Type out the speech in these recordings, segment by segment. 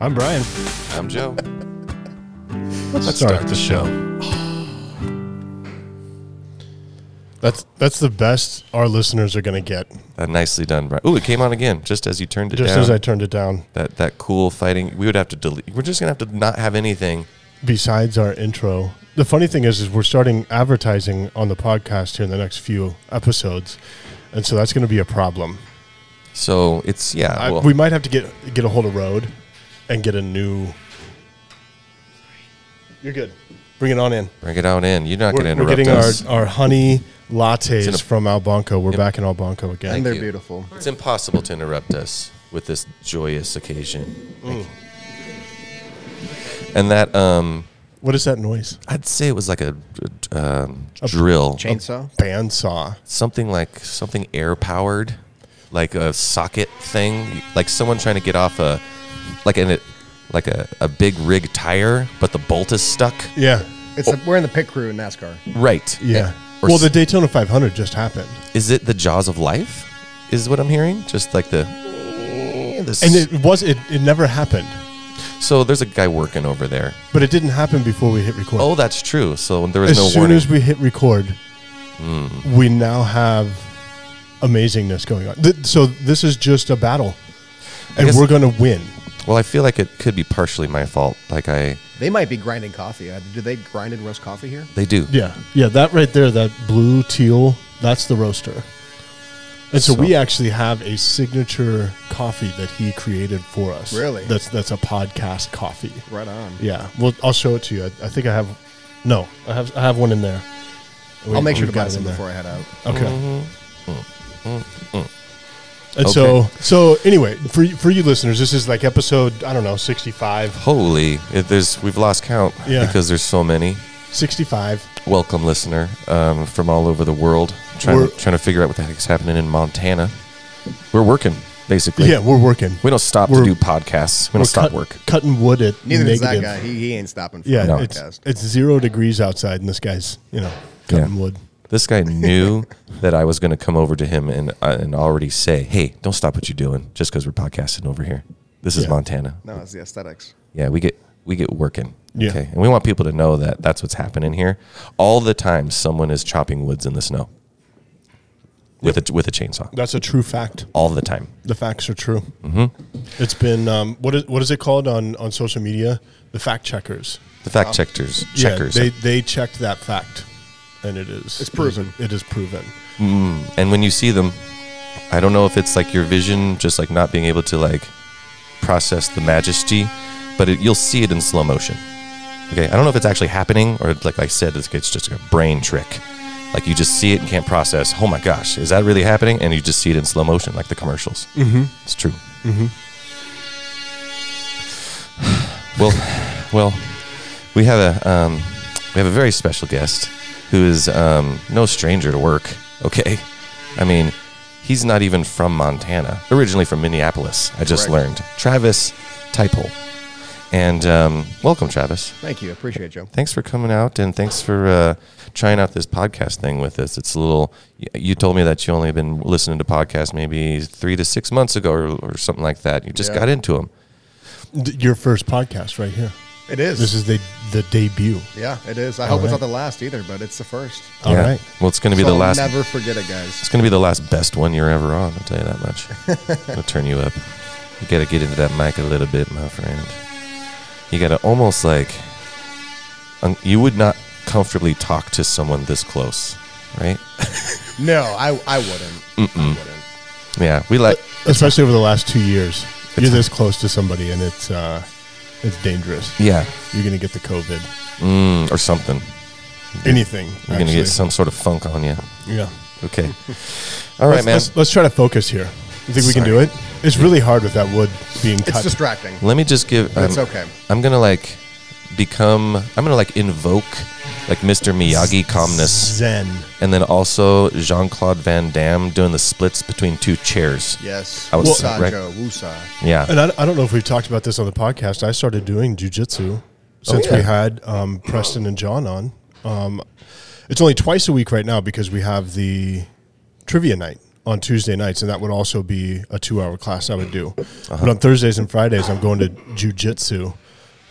I'm Brian. I'm Joe. Let's, start, the show. That's that's the best our listeners are going to get. Uh, nicely done, Brian. Ooh, it came on again just as you turned it Just down. as I turned it down, that that cool fighting. We would have to delete. We're just gonna have to not have anything. besides our intro, the funny thing is, is we're starting advertising on the podcast here in the next few episodes, and so that's going to be a problem. So it's yeah. I, well, we might have to get get a hold of Road and get a new. You're good. Bring it on in. bring it on in. You're not We're, gonna we're interrupt getting our, us. our honey lattes in a- from Albanco. We're back in Albanco again. Thank and they're you. beautiful. It's impossible to interrupt us with this joyous occasion. Mm. And that um, What is that noise? I'd say it was like a, um, drill, Chainsaw. Bandsaw. something like something air powered, like a socket thing, like someone trying to get off a like an like a, a big rig tire, but the bolt is stuck. Yeah. It's Oh. the, we're in the pit crew in NASCAR. Right. Yeah. Eh, Or well, s- the Daytona 500 just happened, is it the jaws of life? Is what I'm hearing? Just like the. eh, the and it was it, it never happened, so there's a guy working over there. but it didn't happen before we hit record. Oh, that's true. So there was as no soon warning. Hmm. as we hit record, we now have amazingness going on. Th- so this is just a battle, and guess- we're going to win. well, I feel like it could be partially my fault. Like I, They might be grinding coffee. Uh, Do they grind and roast coffee here? they do. Yeah, yeah, that right there, that blue teal, that's the roaster. And so, So- we actually have a signature coffee that he created for us. Really? That's that's a podcast coffee. Right on. Yeah. Well, I'll show it to you. I, I think I have. No, I have. I have one in there. I'll make sure to We've got buy it some in there. before I head out. Okay. Mm-hmm. And so, so anyway, for you- for you listeners, this is like episode I don't know, 65, Holy, if there's we've lost count Yeah. because there's so many. 65. Welcome, listener, um, from all over the world. Trying We're- to, trying to figure out what the heck's happening in Montana. We're working basically. Yeah, we're working. We don't stop to We're- do podcasts. We We're don't stop cut- work. Cutting wood at Neither does negative. that guy. He, he ain't stopping for Yeah, No. the it's, podcast. it's zero degrees outside, and this guy's you know cutting Yeah. wood. This guy knew that I was going to come over to him and uh, and already say, "Hey, don't stop what you're doing just because we're podcasting over here. This is Yeah. Montana. No, it's the aesthetics. Yeah, we get we get working. Yeah. Okay, and we want people to know that that's what's happening here. All the time, someone is chopping woods in the snow with a with a chainsaw. That's a true fact. All the time. The facts are true. Mm-hmm. It's been um, what is what is it called on on social media? The fact checkers. The fact checkers checkers. Yeah, they they checked that fact, and it is It's proven. It is proven. and when you see them, I don't know if it's like your vision just like not being able to like process the majesty, but it, you'll see it in slow motion. Okay, I don't know if it's actually happening or like I said, it's, it's just a brain trick. Like you just see it and can't process. Oh my gosh, is that really happening? And you just see it in slow motion, like the commercials. Mm-hmm. It's true. Mm-hmm. Well, well, we have a um, we have a very special guest who is um, no stranger to work. Okay, I mean, he's not even from Montana. Originally from Minneapolis, I just Correct. learned. Travis Typel, and um, welcome, Travis. Thank you. I Appreciate it, Joe. Thanks for coming out, and thanks for uh, trying out this podcast thing with us. It's a little. y- You told me that you only been listening to podcasts maybe three to six months ago, or, or something like that. You just Yeah. got into them. D- Your first podcast right here. It is. This is the the debut. yeah, it is. I hope it's not the last either, but it's the first. All right. Well, it's going to be So the I'll last. Never forget it, guys. It's gonna be the last best one you're ever on. I'll tell you that much. I'll turn you up. You gotta get into that mic a little bit, my friend. You gotta almost like un- you would not comfortably talk to someone this close, right? No, I, I wouldn't. I wouldn't. Yeah, we like Especially over the last two years, you're this close to somebody, and it's uh, it's dangerous. yeah You're gonna get the COVID. mm, or something. Anything. You're gonna actually. get some sort of funk on you. Yeah. Okay. All right, let's, man. Let's, let's try to focus here. You think we can do Sorry. it? It's really hard with that wood being cut. It's distracting. Let me just give. um, It's okay. I'm gonna like become. I'm gonna like invoke like Mr. Miyagi calmness. Zen. and then also Jean Claude Van Damme doing the splits between two chairs. Yes. I was- Wusa, right. Joe. Wusa. Yeah, And I, I don't know if we've talked about this on the podcast. I started doing jujitsu since Oh, yeah. we had um, Preston and John on. Um, it's only twice a week right now because we have the trivia night on Tuesday nights, and that would also be a two-hour class I would do. Uh-huh. But on Thursdays and Fridays, I'm going to jujitsu,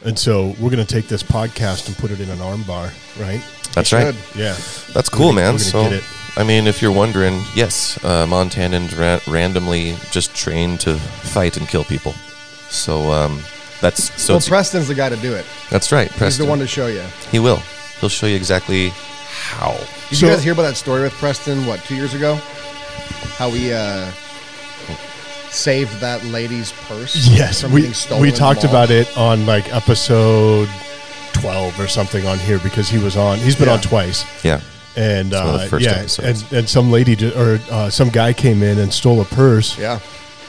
and so we're going to take this podcast and put it in an arm bar, right? That's You right. should. Yeah. That's cool, gonna- man. we're gonna so, get it. I mean, if you're wondering, yes, uh, Montanans ra- randomly just train to fight and kill people. So um, that's so. well, it's- Preston's the guy to do it. that's right, He's the Preston. one to show you. he will. He'll show you exactly how. Did So- you guys hear about that story with Preston? What two years ago? How we uh, saved that lady's purse? Yes, from we getting stolen we in the talked mall? about it on like episode twelve or something on here because he was on. He's been on Yeah. twice, Yeah. and one of the uh, first yeah, episodes. and and some lady ju- or uh, some guy came in and stole a purse. Yeah.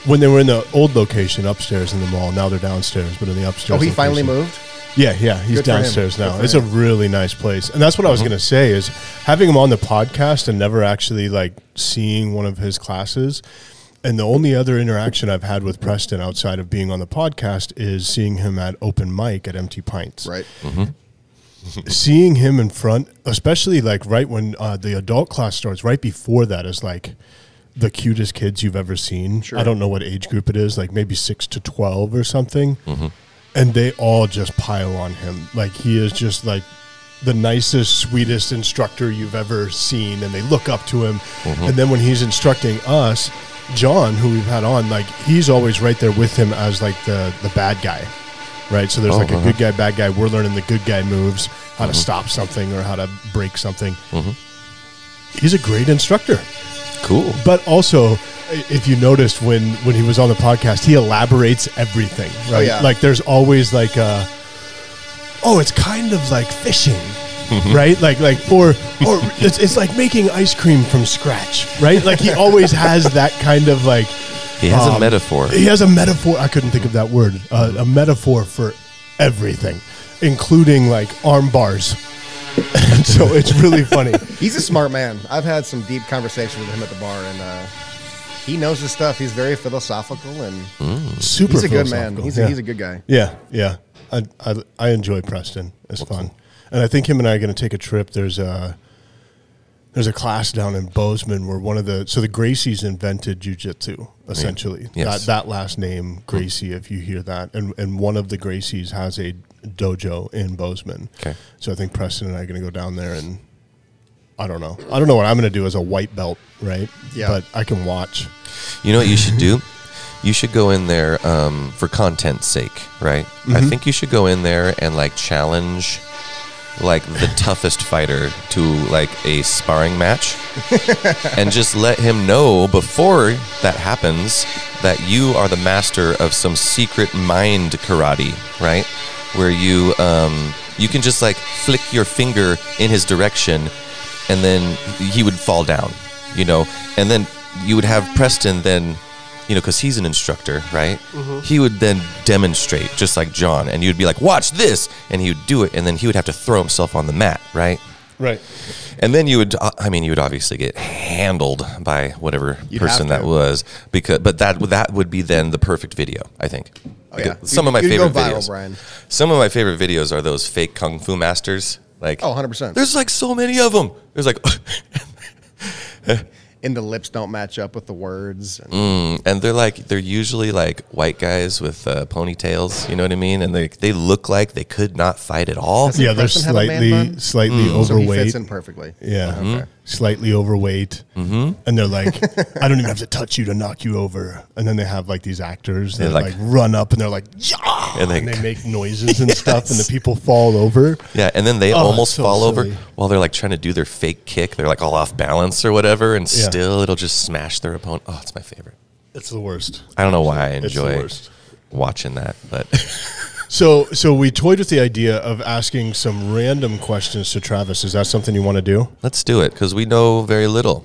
when they were in the old location upstairs in the mall. Now they're downstairs, but in the upstairs. Oh, he finally location. moved. Yeah, yeah, he's Good for him. downstairs Good now. for It's a him. Mm-hmm. really nice place, and that's what I was gonna say is having him on the podcast and never actually like seeing one of his classes. And the only other interaction I've had with Preston outside of being on the podcast is seeing him at open mic at Empty Pints. Right. Seeing him in front, especially like right when uh, the adult class starts, right before that is like the cutest kids you've ever seen. Sure. I don't know what age group it is, like maybe six to 12 or something. And they all just pile on him. Like he is just like the nicest, sweetest instructor you've ever seen. And they look up to him. And then when he's instructing us, John, who we've had on, like he's always right there with him as like the, the bad guy. Right. So there's Oh, like a uh-huh. good guy, bad guy. We're learning the good guy moves, how to stop something or how to break something. Uh-huh. He's a great instructor Cool. but also i- if you noticed when when he was on the podcast he elaborates everything Oh, right yeah. like there's always like uh oh it's kind of like fishing Mm-hmm. right like like or or it's, it's like making ice cream from scratch right like he always has that kind of like He has a um, metaphor. he has a metaphor i couldn't think of that word uh, a metaphor for everything including like arm bars and so it's really funny He's a smart man. I've had some deep conversations with him at the bar, and uh, he knows his stuff. He's very philosophical, and Mm. super he's a good man. philosophical. He's Yeah. a, he's a good guy. Yeah, yeah. I I, I enjoy Preston. It's fun, and I think him and I are going to take a trip. There's a there's a class down in Bozeman where one of the so the Gracies invented jujitsu essentially. Yes. That that last name Gracie, if you hear that, and and one of the Gracies has a dojo in Bozeman. Okay. So I think Preston and I are going to go down there and. I don't know. I don't know what I'm going to do as a white belt, right? Yeah. But I can watch. You know what you should do? You should go in there um, for content's sake, right? I think you should go in there and like challenge like the toughest fighter to like a sparring match and just let him know before that happens that you are the master of some secret mind karate, right? Where you um, you can just like flick your finger in his direction and then he would fall down, you know, and then you would have Preston then, you know, because he's an instructor, right? He would then demonstrate just like John, and you'd be like, "Watch this," and he would do it, and then he would have to throw himself on the mat, right? Right. And then you would, I mean, you would obviously get handled by whatever You'd have person that to. was, because, but that that would be then the perfect video, I think. Oh, yeah. Because Some You'd- of my you'd go favorite viral, videos. Brian. Some of my favorite videos are those fake kung fu masters. Like, Oh, 100%. There's like so many of them. There's like, And the lips don't match up with the words. Mm. And and they're like they're usually like white guys with uh, ponytails. You know what I mean? And they they look like they could not fight at all. Does yeah, they're Preston have a man slightly bun? Mm. slightly so he overweight. fits in perfectly. Yeah, slightly overweight, and they're like, "I don't even have to touch you to knock you over." And then they have like these actors that like- like, run up and they're like, "Yeah," and And they- they, make noises and stuff, and the people fall over. Yeah, and then they Oh, almost it's so fall over silly. while they're like trying to do their fake kick. They're like all off balance or whatever, and Yeah. still it'll just smash their opponent. Oh, it's my favorite. It's the worst. I don't know why I It's the enjoy worst. watching that, but So, so we toyed with the idea of asking some random questions to Travis. Is that something you want to do? let's do it because we know very little.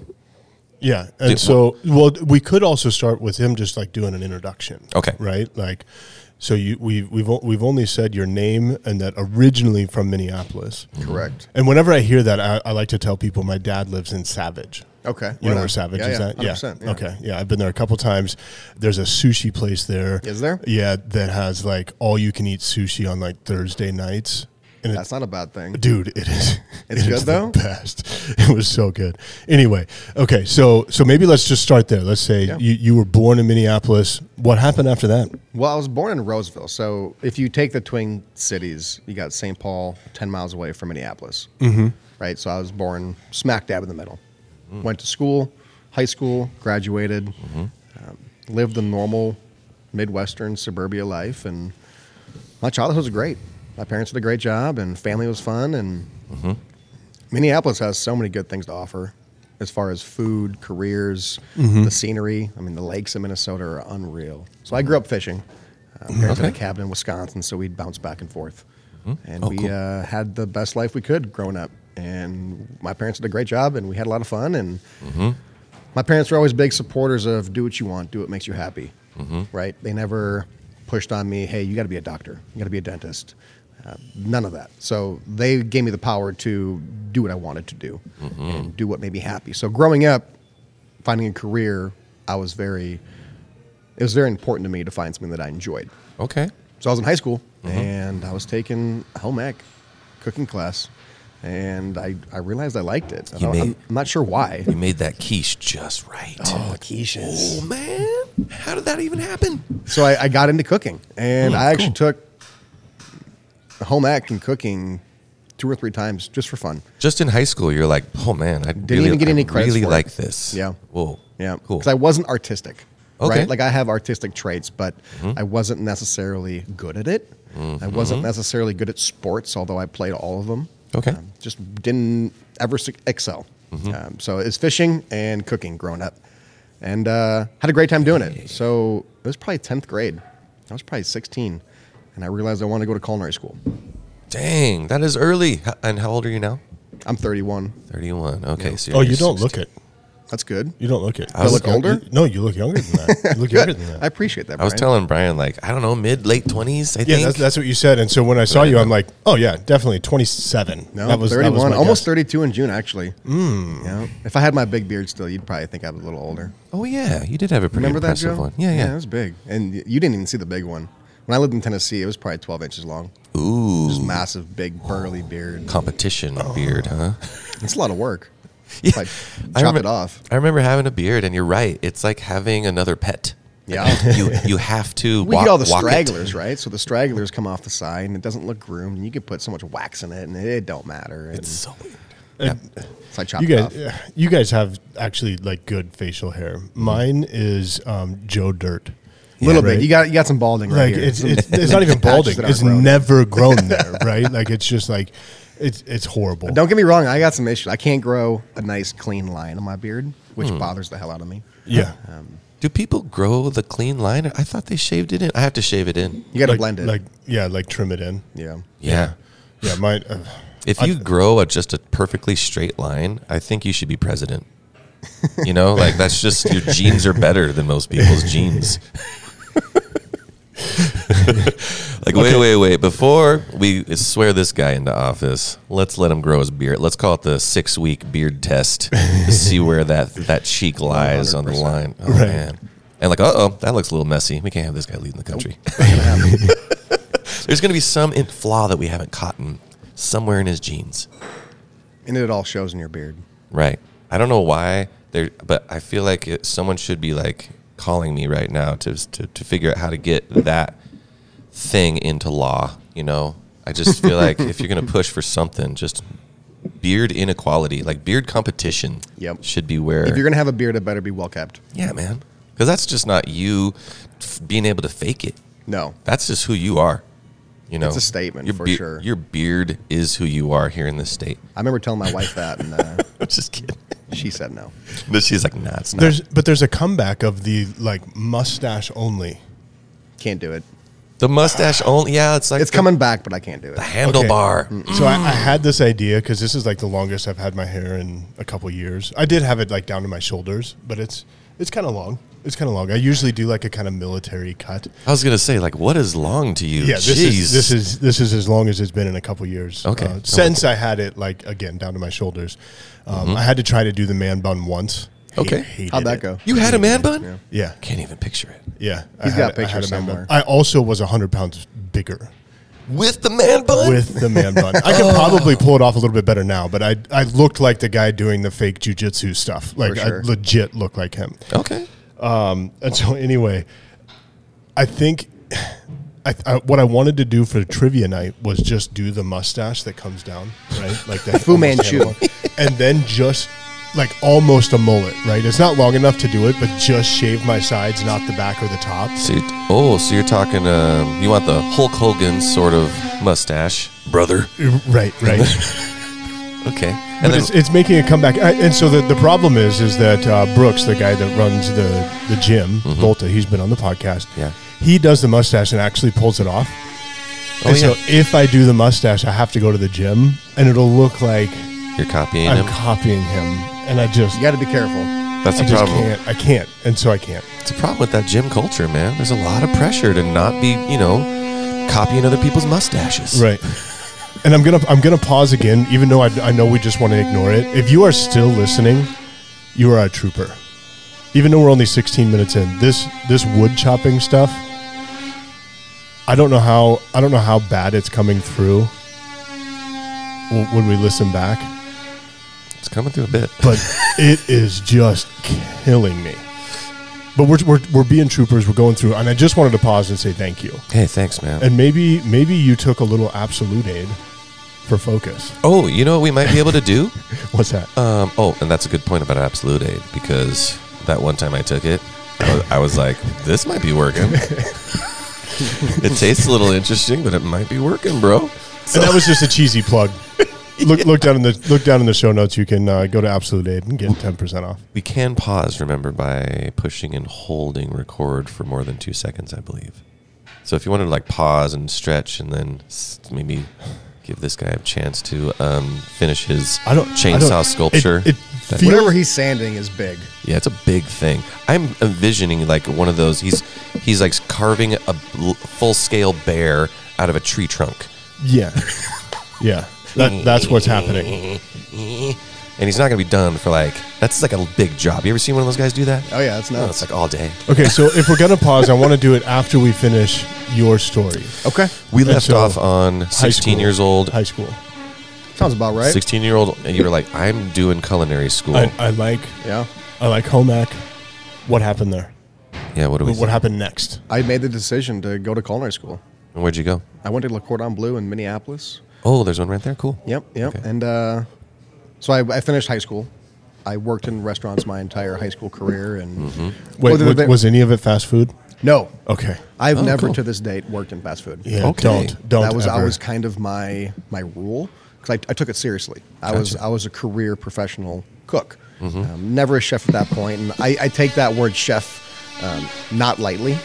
Yeah, and Do- so well, we could also start with him just like doing an introduction. Okay. right? Like, so you we we've o- we've only said your name and that originally from Minneapolis. Correct. And whenever I hear that, I, I like to tell people my dad lives in Savage. Okay. You Oh, right know on. where Savage yeah, is yeah, at? 100%, yeah. Okay. Yeah, I've been there a couple times. There's a sushi place there. Is there? Yeah, that has like all you can eat sushi on like Thursday nights. And it's That's not a bad thing. dude it is It's it good, is though? the best it was so good anyway okay so so maybe let's just start there let's say Yeah. you, you were born in minneapolis what happened after that Well, I was born in Roseville, so if you take the twin cities, you got St. Paul, ten miles away from Minneapolis, mm-hmm. right? So I was born smack dab in the middle. Went to school, high school, graduated, um, lived the normal Midwestern suburbia life, and my childhood was great. My parents did a great job, and family was fun, and Minneapolis has so many good things to offer. As far as food, careers, Mm-hmm. the scenery. I mean, the lakes in Minnesota are unreal. So I grew up fishing. Uh, parents had a Okay. cabin in Wisconsin, so we'd bounce back and forth. And Oh, we cool. uh, had the best life we could growing up. And my parents did a great job, and we had a lot of fun. And my parents were always big supporters of do what you want, do what makes you happy, Mm-hmm. right? They never pushed on me, hey, you got to be a doctor, you got to be a dentist. Uh, none of that. So they gave me the power to do what I wanted to do Mm-hmm. and do what made me happy. So growing up, finding a career, I was very, it was very important to me to find something that I enjoyed. Okay. So I was in high school Mm-hmm. and I was taking home ec cooking class. And I, I realized I liked it. And You I- made- I'm, I'm not sure why. You made that quiche just right. Oh, quiches. Oh, man. How did that even happen? so I, I got into cooking, and Mm, I actually cool. took home ec and cooking two or three times just for fun. Just in high school, you're like, oh, man, I Didn't really, even get any I credits really for it. like this. Yeah. Whoa. Yeah, Cool. Because I wasn't artistic. Okay. Mm-hmm. Right? Like I have artistic traits, but I wasn't necessarily good at it. I wasn't necessarily good at sports, although I played all of them. Okay. Mm-hmm. Um, just didn't ever suc- excel. Um, so it's fishing and cooking growing up, and uh, had a great time doing it. So it was probably tenth grade. I was probably sixteen, and I realized I wanted to go to culinary school. Dang, that is early. H- And how old are you now? I'm 31. 31. Okay. So oh you're you don't 16. look it That's good. you don't look it I was- look older? no you look younger than that you look younger Good. than I that appreciate that. I was Brian. telling Brian, like, I don't know, mid, late 20s, I yeah think. that's, that's what you said and so when i saw you i'm like oh yeah definitely 27 No, that was that was 31. my almost guess. 32 in June, actually. Mm. Yeah. If I had my big beard still, you'd probably think I was a little older. oh, yeah. You did have a pretty Remember that, impressive Joe? one. Yeah, yeah. yeah. It was big. And y- you didn't even see the big one. When I lived in Tennessee, it was probably 12 inches long. Ooh. Just massive, big, burly beard. competition beard, huh? It's a lot of work. Yeah. Oh. Like, I chop remem- it off. I remember having a beard, and you're right. It's like having another pet. Yeah. You you have to We walk, get all the walk it. stragglers, right? So the stragglers come off the side, and it doesn't look groomed. And you can put so much wax in it, and it don't matter. And It's so weird. so I chopped you it guys off. you guys have actually like good facial hair mine is um, joe dirt A Mm-hmm. little Right? bit. You got you got some balding right like here. it's Some- it's, it's not even patches balding. that It's aren't grown. never grown there, right? Like it's just like it's it's horrible. Don't get me wrong, I got some issues. I can't grow a nice clean line on my beard, which Hmm. bothers the hell out of me. yeah, Do people grow the clean line? I thought they shaved it in. I have to shave it in. You got to like, blend it. Like yeah, like trim it in. yeah. Yeah. Yeah, mine. Uh, If you grow a, just a perfectly straight line, I think you should be president. You know, like that's just your genes are better than most people's genes. like, wait, wait, wait. Before we swear this guy into office, let's let him grow his beard. Let's call it the six week beard test to see where that, that cheek lies on the 100%. line. Oh, man. And like, uh oh, that looks a little messy. We can't have this guy leading the country. There's going to be some in- flaw that we haven't caught in somewhere in his genes. And it all shows in your beard. Right. I don't know why there, but I feel like it, someone should be like calling me right now to, to to figure out how to get that thing into law. You know, I just feel like if you're gonna push for something, just beard inequality, like beard competition, Yep. should be where. If you're going to have a beard, it better be well kept. yeah, man, because that's just not you f- being able to fake it. No. That's just who you are. You know, a statement your for beard- sure. Your beard is who you are here in this state. I remember telling my wife that, and uh, I'm just kidding. she said no. But she's like, nah, it's not. there's but there's a comeback of the like mustache only. Can't do it. The mustache only. Yeah, it's like It's the coming Mm. back, but I can't do it. handlebar. So I, I had this idea because this is like the longest I've had my hair in a couple years. I did have it like down to my shoulders, but it's it's kind of long. It's kind of long. I usually do like a kind of military cut. I was gonna say like, what is long to you? Yeah, this Jeez. is this is this is as long as it's been in a couple years. Okay. Uh, since I had it like again down to my shoulders, um, I had to try to do the man bun once. Hate- Mm-hmm. Okay. hated How'd that it. go? You had a man bun? Yeah, Can't even picture it. yeah. He's I got had- I had pictures a man bun. somewhere. I also was hundred pounds bigger, with the man bun. with the man bun. I Oh. could probably pull it off a little bit better now, but I I looked like the guy doing the fake jujitsu stuff. Like I sure. legit look like him. okay. And so anyway, I think I, I, what I wanted to do for the trivia night was just do the mustache that comes down, right? Like that Fu almost Manchu. animal. and then just like almost a mullet, right? It's not long enough to do it, but just shave my sides, not the back or the top. So you, oh, so you're talking. Um, you want the Hulk Hogan sort of mustache, brother? Right, right. Okay. But And then, it's, it's making a comeback, I, and so the, the problem is is that uh, Brooks, the guy that runs the the gym, Volta, he's been on the podcast. Yeah. he does the mustache and actually pulls it off. oh, and yeah, so if I do the mustache, I have to go to the gym, and it'll look like you're copying I'm him. copying him, and I just You got to be careful. That's I a just problem. can't. I can't, and so I can't. It's a problem with that gym culture, man. There's a lot of pressure to not be, you know, copying other people's mustaches. Right. And I'm gonna I'm gonna pause again, even though I, I know we just want to ignore it. If you are still listening, you are a trooper. Even though we're only 16 minutes in, this this wood chopping stuff, I don't know how I don't know how bad it's coming through w- when we listen back, It's coming through a bit. but it is just killing me. But we're, we're we're being troopers. We're going through, and I just wanted to pause and say thank you. Hey, thanks, man. And maybe maybe you took a little absolute aid for focus. Oh, you know what we might be able to do? What's that? Um, oh, and that's a good point about Absolute Aid because that one time I took it, I was, I was like, this might be working. it tastes a little interesting, but it might be working, bro. And that was just a cheesy plug. Look, look down in the look down in the show notes. You can uh, go to Absolute Aid and get ten percent off. We can pause, remember, by pushing and holding record for more than two seconds, I believe. So if you wanted to like pause and stretch and then s- maybe give this guy a chance to um, finish his I don't- I chainsaw don't- sculpture. it- it That- feel- Whatever he's sanding is big. yeah, it's a big thing. I'm envisioning like one of those. He's he's like carving a full scale bear out of a tree trunk. Yeah, yeah. That, that's what's happening. And he's not gonna be done for like that's like a big job. You ever seen one of those guys do that? Uh, Oh, yeah, that's no, nuts. it's like all day. Okay, so if we're gonna pause, I want to do it after we finish your story. Okay. We And left so, off on High 16 school. years old. High school. Sounds about right. 16 year old and you were like i'm doing culinary school Oh. I, I like Yeah. I like home ec. What happened there? yeah what do we What what happened happened next? I made the decision to go to culinary school. where'd you go I went to Le Cordon Bleu in Minneapolis. oh there's one right there cool Yep, yep. Okay. And uh, so I, I finished high school. I worked in restaurants my entire high school career, and Mm-hmm. Wait, Whether was, they- was any of it fast food? no, Okay. I've Oh, never cool. to this date worked in fast food. Oh. Yeah. Okay. Don't don't. that was ever. always kind of my my rule because I, I took it seriously. I was I was a career professional cook, Mm-hmm. um, never a chef at that point, and I, I take that word chef um, not lightly.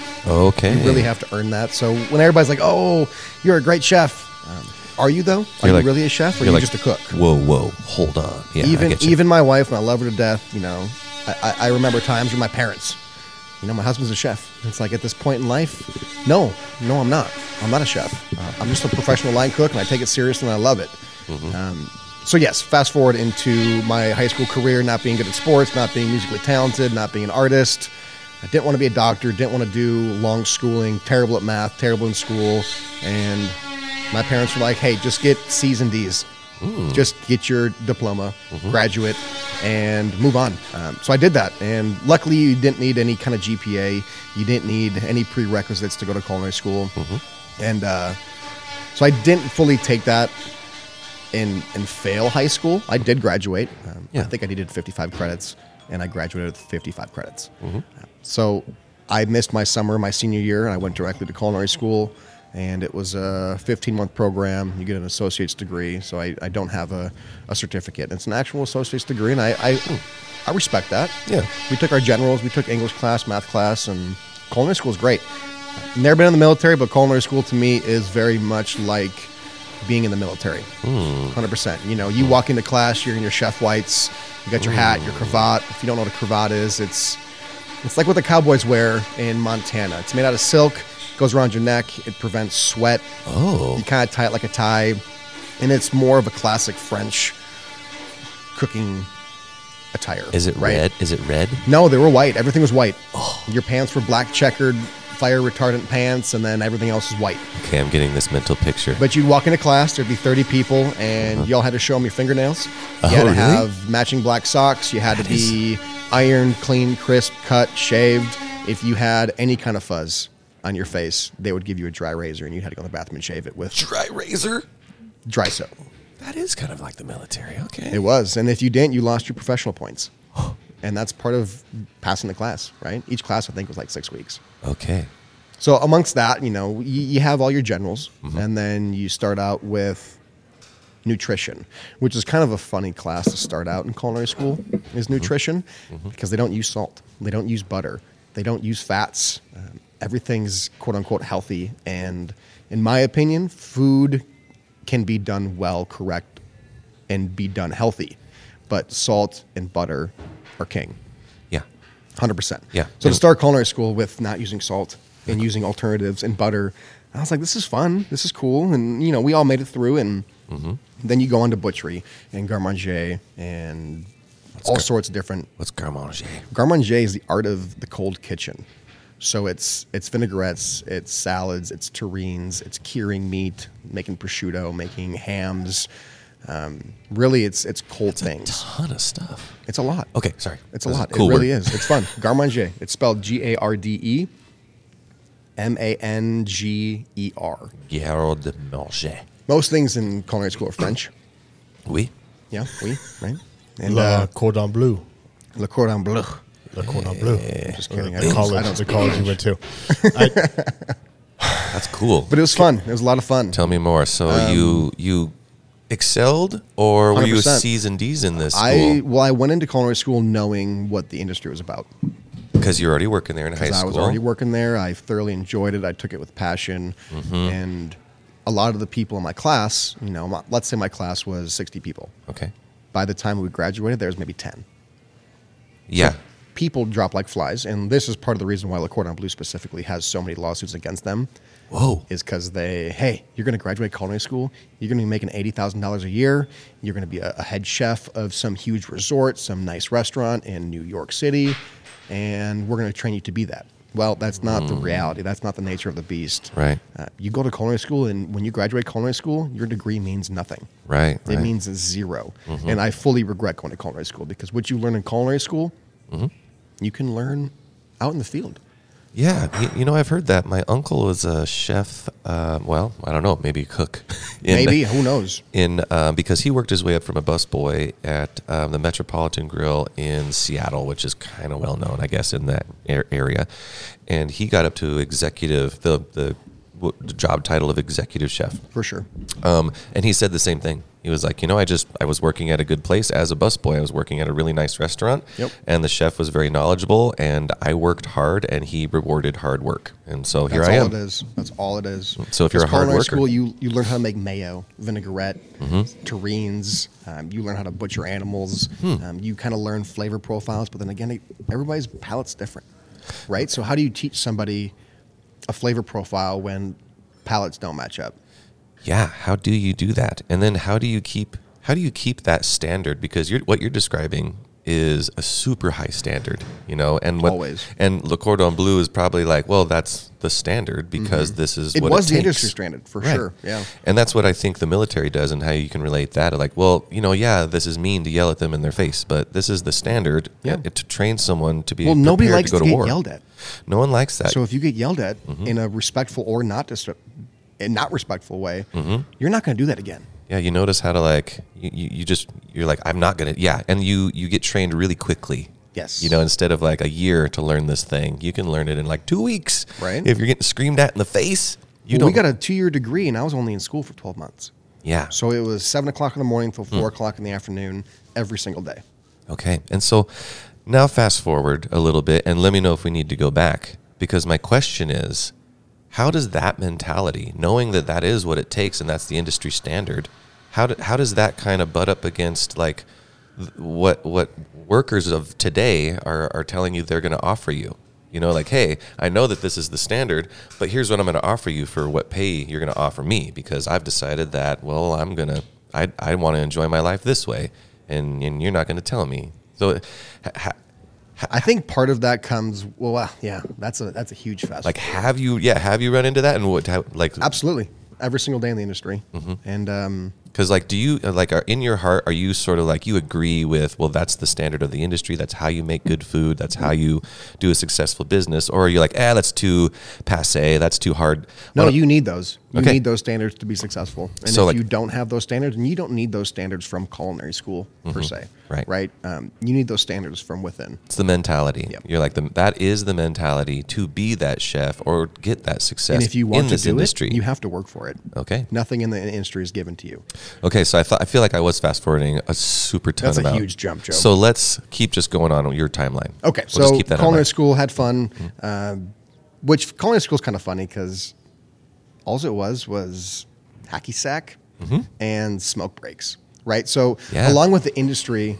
okay You really have to earn that. So when everybody's like, "Oh, you're a great chef," um, are you though? Are You're you like- really a chef, or are you're you like, just a cook? whoa whoa hold on yeah I even get you. even my wife, and I love her to death. You know, I, I, I remember times with my parents. You know, my husband's a chef. It's like at this point in life, no, no, I'm not. I'm not a chef. Uh, I'm just a professional line cook, and I take it seriously, and I love it. Um, so yes, fast forward into my high school career, not being good at sports, not being musically talented, not being an artist. I didn't want to be a doctor. Didn't want to do long schooling. Terrible at math. Terrible in school. And my parents were like, "Hey, just get C's and D's. Just get your diploma, graduate, and move on." Um, so I did that, and luckily, you didn't need any kind of GPA. You didn't need any prerequisites to go to culinary school, and uh, so I didn't fully take that and and fail high school. I did graduate. Um, Yeah. I think I needed 55 credits, and I graduated with 55 credits. Um, So I missed my summer, my senior year, and I went directly to culinary school. And it was a 15 month program. You get an associate's degree, so I, I don't have a, a certificate. It's an actual associate's degree, and I, I I respect that. Yeah. We took our generals, we took English class, math class, and culinary school is great. Never been in the military, but culinary school to me is very much like being in the military. Hundred percent. You know, you walk into class, you're in your chef whites, you got your hat, your cravat. If you don't know what a cravat is, it's it's like what the cowboys wear in Montana. It's made out of silk, goes around your neck, it prevents sweat. oh You kind of tie it like a tie, and it's more of a classic French cooking attire. is it right? red Oh. is it red No, they were white. Everything was white. Your pants were black checkered fire retardant pants, and then everything else is white. Okay, I'm getting this mental picture. But you'd walk into class, there'd be 30 people, and y'all had to show them your fingernails. You had Uh-huh. Oh, to really? have matching black socks. You had to be ironed, clean, crisp, cut, shaved. If you had any kind of fuzz on your face, they would give you a dry razor, and you had to go to the bathroom and shave it with dry razor. dry soap. That is kind of like the military. Okay. It was. And if you didn't, you lost your professional points. And that's part of passing the class, right? Each class, I think, was like six weeks. okay. So amongst that, you know, you, you have all your generals, and then you start out with nutrition, which is kind of a funny class to start out in culinary school. Is nutrition because they don't use salt, they don't use butter, they don't use fats. Um, everything's quote unquote healthy, and in my opinion, food can be done well, correct, and be done healthy, but salt and butter are king. Yeah. Hundred percent. Yeah. So to start culinary school with not using salt and using alternatives and butter, I was like, this is fun. This is cool. And you know, we all made it through. And Mm-hmm. then you go on to butchery and garmanger and all go. sorts of different. What's garmanger? Garmanger is the art of the cold kitchen. So it's it's vinaigrettes, it's salads, it's terrines, it's curing meat, making prosciutto, making hams. Um, really, it's it's cold things. Ton of stuff. It's a lot. Okay, sorry. It's a That's lot. cool it really word. is. It's fun. Garmanger. It's spelled G A R D E M A N G E R. Garde manger. Most things in culinary school are French. Oui. Yeah, we, right? And La uh, Cordon Bleu. Le Cordon Bleu. La Cordon Bleu. Just kidding. Uh, I The don't- I college, the don't speak college you French. went to. I, That's cool. But it was fun. It was a lot of fun. Tell me more. So Um, you you excelled, or were you 100%. C's and D's in this I school? well, I went into culinary school knowing what the industry was about. Because you're already working there in high 'Cause school. I was already working there. I thoroughly enjoyed it. I took it with passion, and a lot of the people in my class, you know, my, let's say my class was sixty people. Okay. by the time we graduated, there was maybe 10. Yeah. People drop like flies, and this is part of the reason why Le Cordon Bleu specifically has so many lawsuits against them, Whoa. is because they, hey, you're going to graduate culinary school, you're going to be making $80,000 a year, you're going to be a, a head chef of some huge resort, some nice restaurant in New York City, and we're going to train you to be that. Well, that's not the reality. That's not the nature of the beast. Right. Uh, you go to culinary school, and when you graduate culinary school, your degree means nothing. Right. It right. Mm-hmm. means a 0 And I fully regret going to culinary school because what you learn in culinary school, Mm-hmm. you can learn out in the field. Yeah, y- you know, I've heard that. My uncle was a chef. Uh, well, I don't know, maybe a cook. In, Maybe, who knows? in uh, because he worked his way up from a busboy at um, the Metropolitan Grill in Seattle, which is kind of well known, I guess, in that ar- area. And he got up to executive, the the, w- the job title of executive chef. For sure. Um, and he said the same thing. He was like, you know, I just I was working at a good place as a busboy. I was working at a really nice restaurant, Yep. and the chef was very knowledgeable, and I worked hard, and he rewarded hard work. And so here That's I all am. it is. That's all it is. So if you're Because a hard culinary worker- Mm-hmm. school, you, you learn how to make mayo, vinaigrette, terrines. Um, you learn how to butcher animals. Hmm. Um, you kind of learn flavor profiles. But then again, it- everybody's palate's different, right? So how do you teach somebody a flavor profile when palates don't match up? yeah how do you do that and then how do you keep how do you keep that standard because you're, what you're describing is a super high standard you know and what Always. and le cordon bleu is probably like well that's the standard because this is Mm-hmm. It what was it the takes. industry standard, for sure. Yeah. and that's what i think the military does and how you can relate that like well you know yeah this is mean to yell at them in their face but this is the standard Yeah. and to train someone to be Well, nobody prepared likes to go to, to, get war yelled at. no one likes that So if you get yelled at in a respectful or not dis- in not respectful way, you're not going to do that again. Yeah, you notice how to like you, you, you just you're like I'm not gonna yeah, and you you get trained really quickly. Yes. You know, instead of like a year to learn this thing, you can learn it in like two weeks. Right. If you're getting screamed at in the face, you Well, we don't. got a two-year degree, and I was only in school for 12 months. yeah. So it was seven o'clock in the morning till Hmm. four o'clock in the afternoon every single day. Okay. And so now fast forward a little bit and let me know if we need to go back because my question is how does that mentality, knowing that that is what it takes and that's the industry standard, how, do, how does that kind of butt up against like th- what what workers of today are, are telling you they're going to offer you? You know, like, hey, I know that this is the standard, but here's what I'm going to offer you for what pay you're going to offer me because I've decided that, well, I'm going to, I, I want to enjoy my life this way and, and you're not going to tell me. So, h- h- I think part of that comes well, wow, yeah, that's a that's a huge factor. Like, have you? Yeah, have you run into that? And what? How, like, Absolutely, every single day in the industry, Mm-hmm. and um, because like, do you like are in your heart? Are you sort of like you agree with? Well, that's the standard of the industry. That's how you make good food. That's how Mm-hmm. you do a successful business. Or are you like, eh, that's too passe. That's too hard. No, What- you need those. You Okay. need those standards to be successful. And So, if like- you don't have those standards, and you don't need those standards from culinary school per se, Mm-hmm. Right. Right. Um, you need those standards from within. It's the mentality. Yep. You're like the, that is the mentality to be that chef or get that success. and if you want in to this do industry, it, you have to work for it. okay, Nothing in the industry is given to you. okay. So I thought I feel like I was fast forwarding a super ton. That's a about- huge jump, Joe. So let's keep just going on your timeline. Okay, We'll just so keep that Mm-hmm. in culinary mind. school had fun, um, which culinary school is kind of funny because all it was was hacky sack and smoke breaks, right? So Mm-hmm. Yeah. Mm-hmm. along with the industry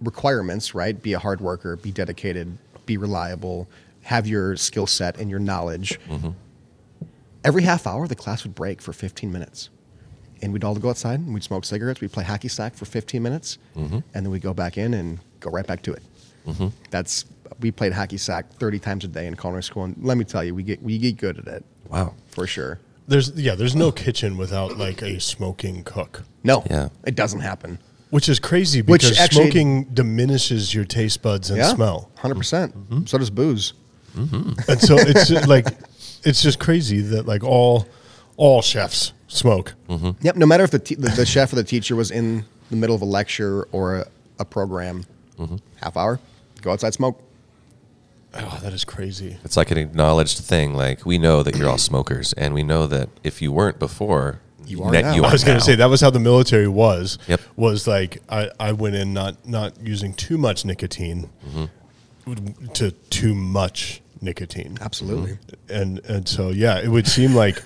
requirements, right? Be a hard worker, be dedicated, be reliable, have your skill set and your knowledge. Mm-hmm. Every half hour, the class would break for 15 minutes. And we'd all go outside and we'd smoke cigarettes. We'd play hacky sack for 15 minutes. Mm-hmm. And then we'd go back in and go right back to it. That's we played hacky sack 30 times a day in culinary school. And let me tell you, we get we get good at it Wow. for sure. There's yeah, there's no kitchen without like a smoking cook, No, Yeah. it doesn't happen. which is crazy Which because actually- smoking diminishes your taste buds and Yeah, smell, 100%. percent So does booze. and so it's just, like it's just crazy that like all all chefs smoke. Mm-hmm. Yep. No matter if the, te- the, the chef or the teacher was in the middle of a lecture or a, a program, Mm-hmm. half hour, go outside, smoke. Oh, that is crazy. It's like an acknowledged thing. Like we know that you're all smokers, and we know that if you weren't before, You are ne- now. You I was going now. to say that was how the military was. Yep. Was like I, I went in not not using too much nicotine Mm-hmm. to too much nicotine. Absolutely. and and so yeah, it would seem like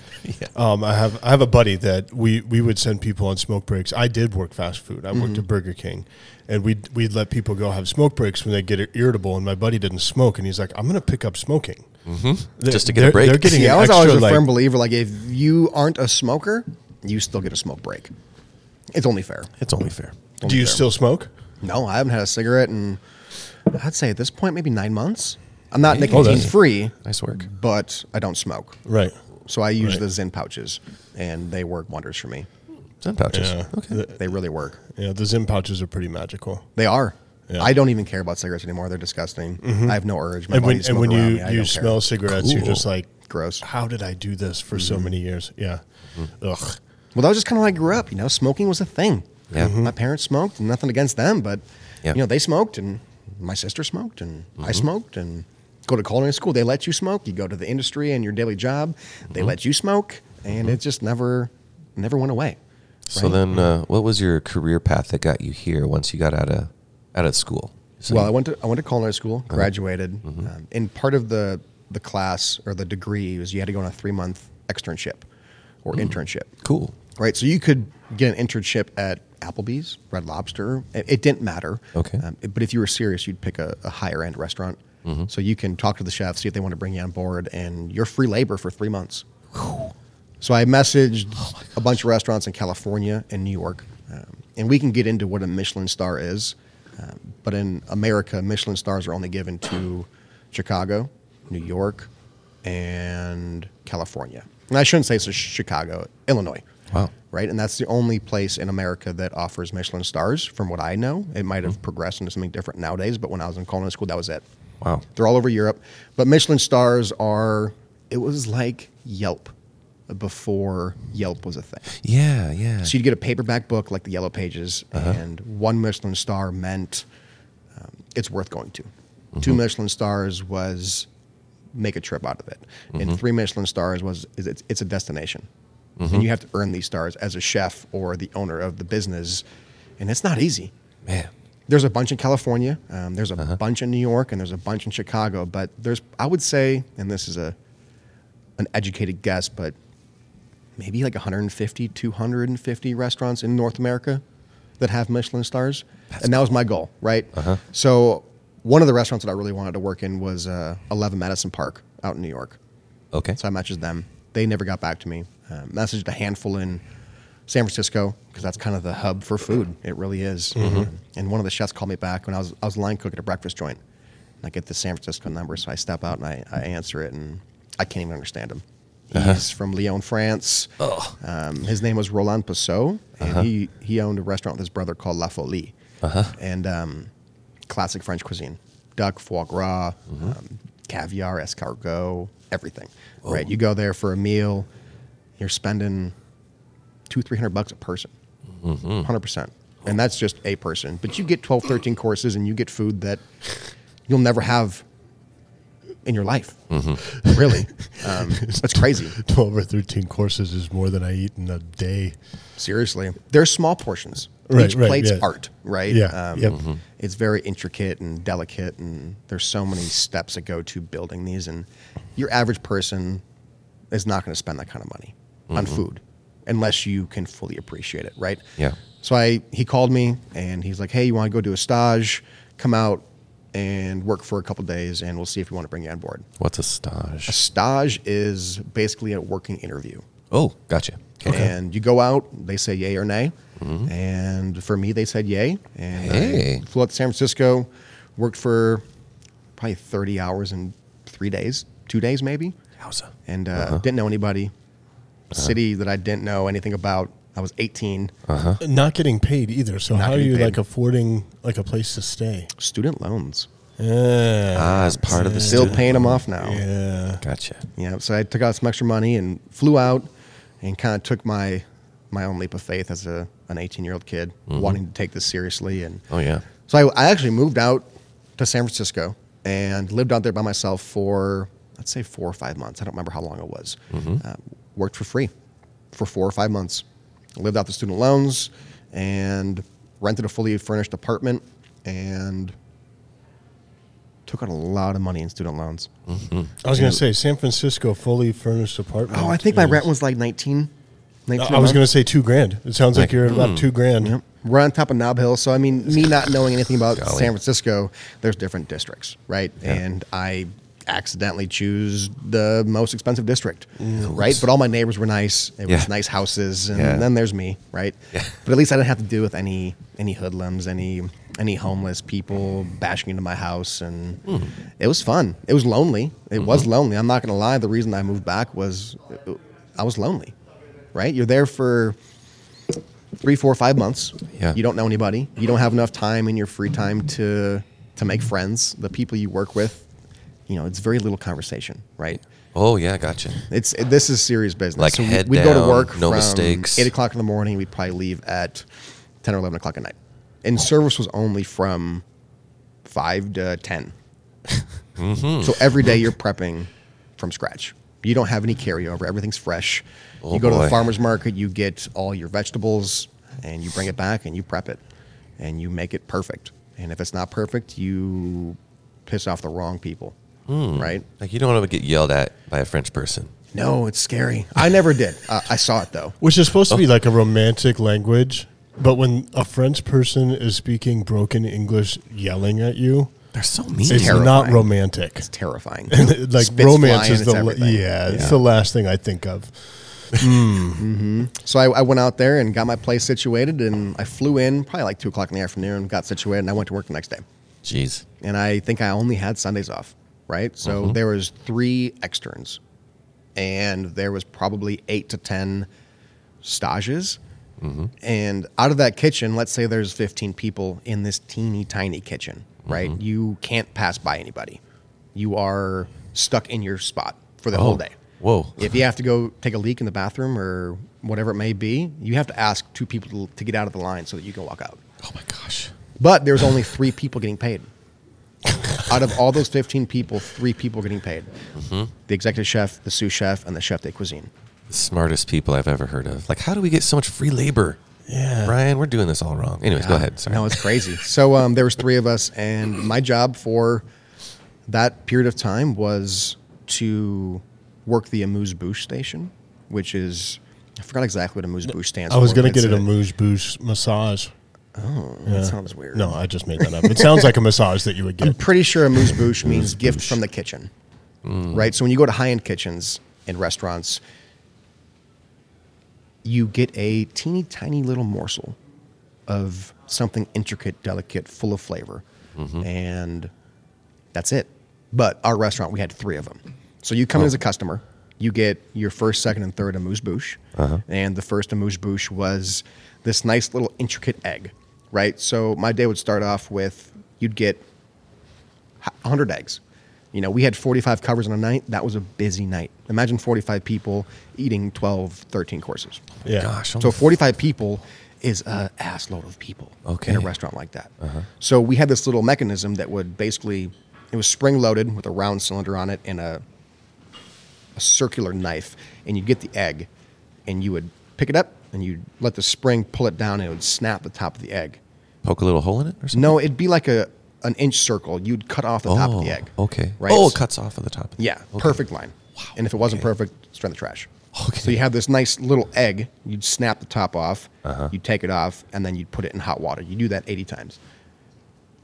um, I have I have a buddy that we we would send people on smoke breaks. I did work fast food. I Mm-hmm. worked at Burger King, and we'd we'd let people go have smoke breaks when they get irritable. And my buddy didn't smoke, and he's like, "I'm going to pick up smoking mm-hmm. Just to get a break. They're getting See, an I was extra, always a like- firm believer like, if you aren't a smoker, you still get a smoke break. It's only fair. it's only fair. Do you fair. still smoke? No, I haven't had a cigarette in, I'd say at this point, maybe nine months. I'm not Hey. nicotine that's- free, Nice work. but I don't smoke. Right. So I use Right. the Zen pouches, and they work wonders for me. Zen pouches. Yeah. Okay. The- They really work. yeah. The Zim pouches are pretty magical. They are. Yeah. Mm-hmm. I don't even care about cigarettes anymore. They're disgusting. I have no urge. My and when body's and smoke when around you me. I you don't care. smell cigarettes, you're just Cool. like, Gross. Mm-hmm. How did I do this for so many years? Yeah. Ugh. Well, that was just kind of how I grew up. You know, smoking was a thing. Mm-hmm. Yeah. Mhm. My parents smoked, and nothing against them, but Yeah. Mm-hmm. you know, they smoked, and my sister smoked, and I smoked, and go to culinary school. They let you smoke. You go to the industry and your daily job. They Mm-hmm. let you smoke, and it just never, never went away. So then, uh, what was your career path that got you here once you got out of out of school? So Uh-huh. Mm-hmm. well, you- I went to I went to culinary school, graduated, um, and part of the the class or the degree was you had to go on a three month externship or Mm-hmm. internship. cool. right? So you could get an internship at Applebee's, Red Lobster. It, it didn't matter. Um, Okay. but if you were serious, you'd pick a, a higher end restaurant. So you can talk to the chef, see if they want to bring you on board, and you're free labor for three months. So I messaged a bunch of restaurants in California and New York, um, and we can get into what a Michelin star is. Um, but in America, Michelin stars are only given to Chicago, New York, and California. And I shouldn't say it's Chicago, Illinois. Wow. Right, and that's the only place in America that offers Michelin stars. From what I know, it might have progressed into something different nowadays. But when I was in culinary school, that was it. Wow. They're all over Europe. But Michelin stars are, it was like Yelp before Yelp was a thing. Yeah, yeah. So you'd get a paperback book like the Yellow Pages, and one Michelin star meant um, it's worth going to. Two Michelin stars was make a trip out of it, and three Michelin stars was is it's, it's a destination, and you have to earn these stars as a chef or the owner of the business, and it's not easy. Man. There's a bunch in California. Um, there's a bunch in New York, and there's a bunch in Chicago. But there's, I would say, and this is a an educated guess, but maybe like 150, 250 restaurants in North America that have Michelin stars, and that was my goal, right? So one of the restaurants that I really wanted to work in was uh, 11 Madison Park out in New York. Okay. So I matches them. They never got back to me. Um, messaged a handful in San Francisco because that's kind of Um, the hub for food. It really is. And one of the chefs called me back when I was I was line cook at a breakfast joint, I get the San Francisco number, so I step out and I, I answer it, and I can't even understand him. He's from Lyon, France. Oh. Um, his name was Roland Passot, and he, he owned a restaurant with his brother called La Folie. And um, classic French cuisine duck, foie gras, um, caviar, escargot, everything. Right? You go there for a meal, you're spending two, 300 bucks a person hundred percent. And that's just a person. But you get 12, 13 courses, and you get food that you'll never have in your life. Really, um, that's crazy. 12 or 13 courses is more than I eat in a day. Seriously, they're small portions. Right, Each right, plate's yeah. art, right? Um, Yeah, yep. Mhm. It's very intricate and delicate, and there's so many steps that go to building these. And your average person is not going to spend that kind of money on food unless you can fully appreciate it, right? Yeah. So I he called me and he's like, "Hey, you want to go do a stage? Come out and work for a couple days, and we'll see if we want to bring you on board." What's a A stage? stage is basically a working interview. Oh, gotcha. And you go out, they say yay or nay. And for me, they said yay. And Hey. I flew out to San Francisco, worked for probably 30 hours in three days, two days maybe, Yowza. and uh, didn't know anybody. City that I didn't know anything about. I was 18, Uh-huh. Not getting paid either. So how are Uh-huh. getting you paid. like affording like a place to stay? student loans. Yeah. Ah, as part of the Still student- paying them off now. yeah. Gotcha. Yeah, so I took out some extra money and flew out, and kind of took my my own leap of faith as a an 18 year old kid wanting to take this seriously. And Oh yeah. so I, I actually moved out to San Francisco and lived out there by myself for let's say four or five months. I don't remember how long it was. Mm-hmm. Uh, worked for free for four or five months. Lived out the student loans and rented a fully furnished apartment and took out a lot of money in student loans. Mm-hmm. I was going to say San Francisco fully furnished apartment. Oh, I think my is- rent was like 19. 19 I was a going month. to say two grand. It sounds like, you're at about two grand. mm-hmm. Yep. We're on top of Knob Hill, so I mean, me not knowing anything about Golly. San Francisco, there's different districts, right? And I accidentally choose the most expensive district, right? But all my neighbors were nice. It Mm. Yeah. was nice houses, and Yeah. then there's me, right? But at least I didn't have to deal with any any hoodlums, any any homeless people bashing into my house, and Hmm. it was fun. It was lonely. It Mm-hmm. was lonely. I'm not gonna lie. The reason I moved back was I was lonely, right? You're there for three, four, five months. Yeah. You don't know anybody. You don't have enough time in your free time to to make friends. The people you work with, you know, it's very little conversation, right? Oh yeah, gotcha. It's this is serious business. Like we- head we'd go down, to work no from mistakes. eight o'clock in the morning. We'd probably leave at ten or eleven o'clock at night. And service was only from five to 10 Mm-hmm. So every day you're prepping from scratch. You don't have any carryover. Everything's fresh. Oh, you go to boy. the farmer's market, you get all your vegetables, and you bring it back and you prep it, and you make it perfect. And if it's not perfect, you piss off the wrong people, Hmm. right? Like you don't want to get yelled at by a French person. No, it's scary. I never did. Uh, I saw it though. Which is supposed to Oh. be like a romantic language. But when a French person is speaking broken English yelling at you, They're so mean. it's terrible. not terrifying. romantic. It's terrifying. like Spits romance flying, is it's the la- yeah, everything. it's the last thing I think of. So I, I went out there and got my place situated, and I flew in probably like two o'clock in the afternoon, got situated, and I went to work the next day. Jeez. And I think I only had Sundays off, right? So there was three externs, and there was probably eight to ten stages. And out of that kitchen, let's say there's 15 people in this teeny tiny kitchen, right? You can't pass by anybody. You are stuck in your spot for the whole day. Whoa. if you have to go take a leak in the bathroom or whatever it may be, you have to ask two people to get out of the line so that you can walk out. Oh my gosh. But there's only three people getting paid. out of all those 15 people, three people getting paid the executive chef, the sous chef, and the chef de cuisine. The smartest people I've ever heard of. Like, how do we get so much free labor? Yeah. Brian, we're doing this all wrong. Anyways, go Yeah. ahead. Sorry. No, it's crazy. so um, there was three of us, and my job for that period of time was to work the amuse bouche station, which is I forgot exactly what amuse bouche stands I was for, gonna but it's get it a moose boosh massage. Oh, That sounds weird. No, I just made that up. It sounds like a massage that you would I'm get. pretty sure amuse bouche means gift from the kitchen, right? So when you go to high end kitchens and restaurants, you get a teeny tiny little morsel of something intricate, delicate, full of flavor, and That's it. But our restaurant, we had three of them. So you come in as a customer, you get your first, second, and third amuse bouche. And the first amuse bouche was this nice little intricate egg, right? So my day would start off with you'd get 100 eggs. You know, we had 45 covers on a night. That was a busy night. Imagine 45 people eating 12, 13 courses. Yeah. Gosh. I'm So 45 people is a ass load of people in Okay. a restaurant like that. So we had this little mechanism that would basically, it was spring loaded with a round cylinder on it and a, a circular knife, and you'd get the egg, and you would pick it up, and you'd let the spring pull it down, and it would snap the top of the egg. poke a little hole in it or something. No, it'd be like a an inch circle. You'd cut off the top of the egg. Oh, Okay. Right. Oh, it cuts off at the top. Of the Yeah, Okay. perfect line. And if it wasn't okay. perfect, it's thrown in the trash. Okay. So you have this nice little egg. You'd snap the top off. Uh-huh. You'd take it off, and then you'd put it in hot water. You do that eighty times,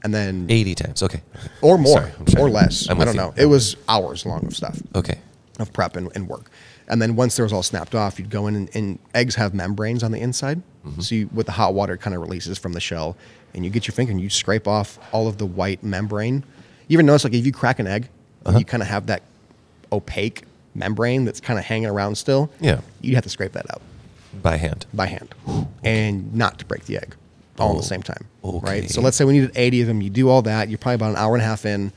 and then Eighty times. Okay. or more Sorry, I'm sorry. or less. I'm I with don't you. Oh, know. It was hours long of stuff Okay. of prep and, and work. And then once there was all snapped off, you'd go in and, and eggs have membranes on the inside. So you, with the hot water, it kind of releases from the shell, and you get your finger and you scrape off all of the white membrane. You ever notice like if you crack an egg, you kind of have that opaque membrane that's kind of hanging around still. Yeah. you have to scrape that out By hand. by hand and not to break the egg all at the same time. okay. Right. So let's say we needed 80 of them. You do all that. You're probably about an hour and a half in,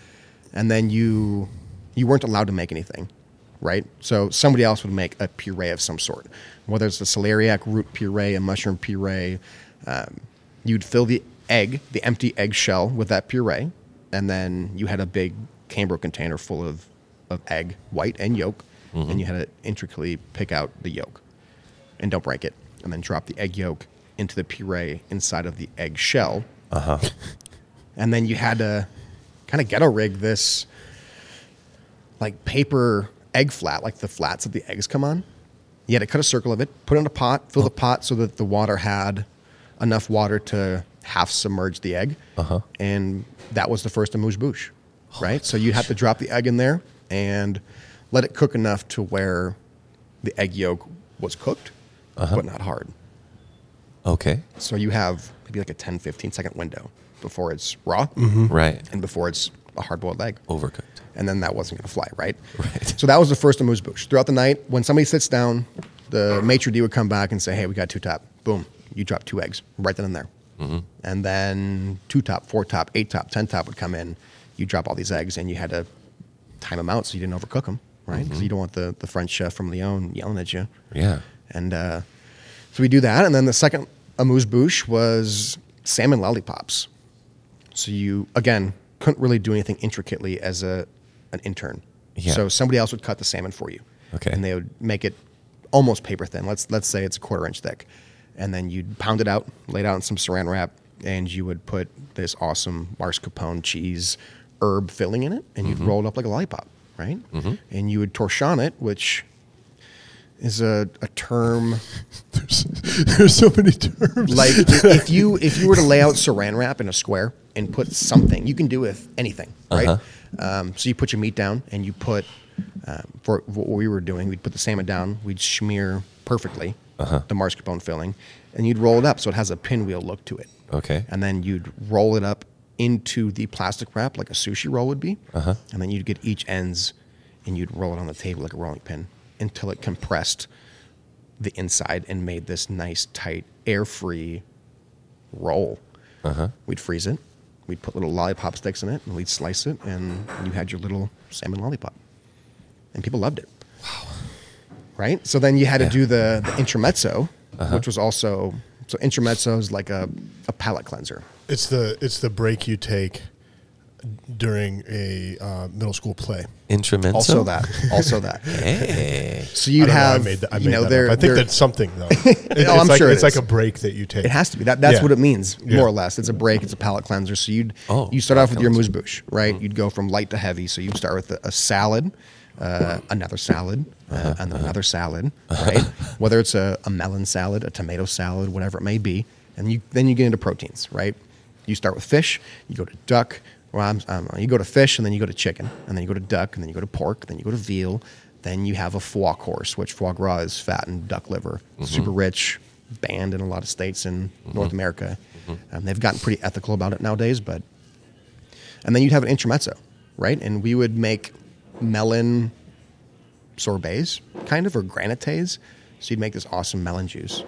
and then you you weren't allowed to make anything. Right. So somebody else would make a puree of some sort, whether it's a celeriac root puree, a mushroom puree. Um, you'd fill the egg, the empty eggshell, with that puree, and then you had a big Cambro container full of of egg, white and yolk, and you had to intricately pick out the yolk and don't break it, and then drop the egg yolk into the puree inside of the egg shell. Uh huh. and then you had to kind of ghetto rig this like paper egg flat, like the flats that the eggs come on. You had to cut a circle of it, put it in a pot, fill the pot so that the water had enough water to half submerge the egg. Uh-huh. And that was the first amuse bouche, right? so you had to drop the egg in there and let it cook enough to where the egg yolk was cooked, but not hard. Okay. So you have maybe like a 10, 15 second window before it's raw Right. and before it's a hard boiled egg Overcooked. and then that wasn't going to fly, right? Right. So that was the first amuse bouche. Throughout the night, when somebody sits down, the maitre d' would come back and say, "Hey, we got two top." Boom, you drop two eggs right then and there. And then two top, four top, eight top, ten top would come in. You drop all these eggs, and you had to time them out so you didn't overcook them, right? Because you don't want the the French chef from Lyon yelling at you. Yeah. And uh, so we do that. And then the second amuse bouche was salmon lollipops. So you, again, couldn't really do anything intricately as a, an intern. Yeah. So somebody else would cut the salmon for you. Okay. And they would make it almost paper thin. Let's, let's say it's a quarter inch thick. And then you'd pound it out, lay it out in some saran wrap, and you would put this awesome mascarpone cheese herb filling in it, and you'd roll it up like a lollipop, right? And you would torchon it, which is a, a term There's, there's so many terms. like if you if you were to lay out saran wrap in a square and put something you can do with anything right um, so you put your meat down and you put um, for what we were doing we'd put the salmon down we'd smear perfectly the mascarpone filling and you'd roll it up so it has a pinwheel look to it Okay. and then you'd roll it up into the plastic wrap like a sushi roll would be and then you'd get each ends and you'd roll it on the table like a rolling pin until it compressed the inside and made this nice tight air free roll Uh-huh. we'd freeze it we'd put little lollipop sticks in it and we'd slice it and you had your little salmon lollipop and people loved it wow right so then you had to do the, the intermezzo Uh-huh. which was also so intermezzo is like a, a palate cleanser It's the it's the break you take during a uh, middle school play. Intramezzo. also that also that Hey. so you'd I don't know, have I made that. I you made know that there up. I think there- that's something though. It- it's I'm like, sure it it's like is. a break that you take. It has to be. That, that's Yeah. what it means, Yeah. more or less. It's a break. It's a palate cleanser. So you'd Oh, you start off with your palate mousse bouche, right? You'd go from light to heavy. So you'd start with a, a salad, uh, another salad, uh, and then another salad, right? Whether it's a, a melon salad, a tomato salad, whatever it may be, and you then you get into proteins, right? You start with fish. You go to duck. Well, I'm, I'm, you go to fish, and then you go to chicken, and then you go to duck, and then you go to pork, then you go to veal. Then you have a foie course, which foie gras is fat and duck liver, super rich, banned in a lot of states in North America. Um, they've gotten pretty ethical about it nowadays, but and then you'd have an intermezzo, right? And we would make melon sorbets, kind of, or granites. So you'd make this awesome melon juice,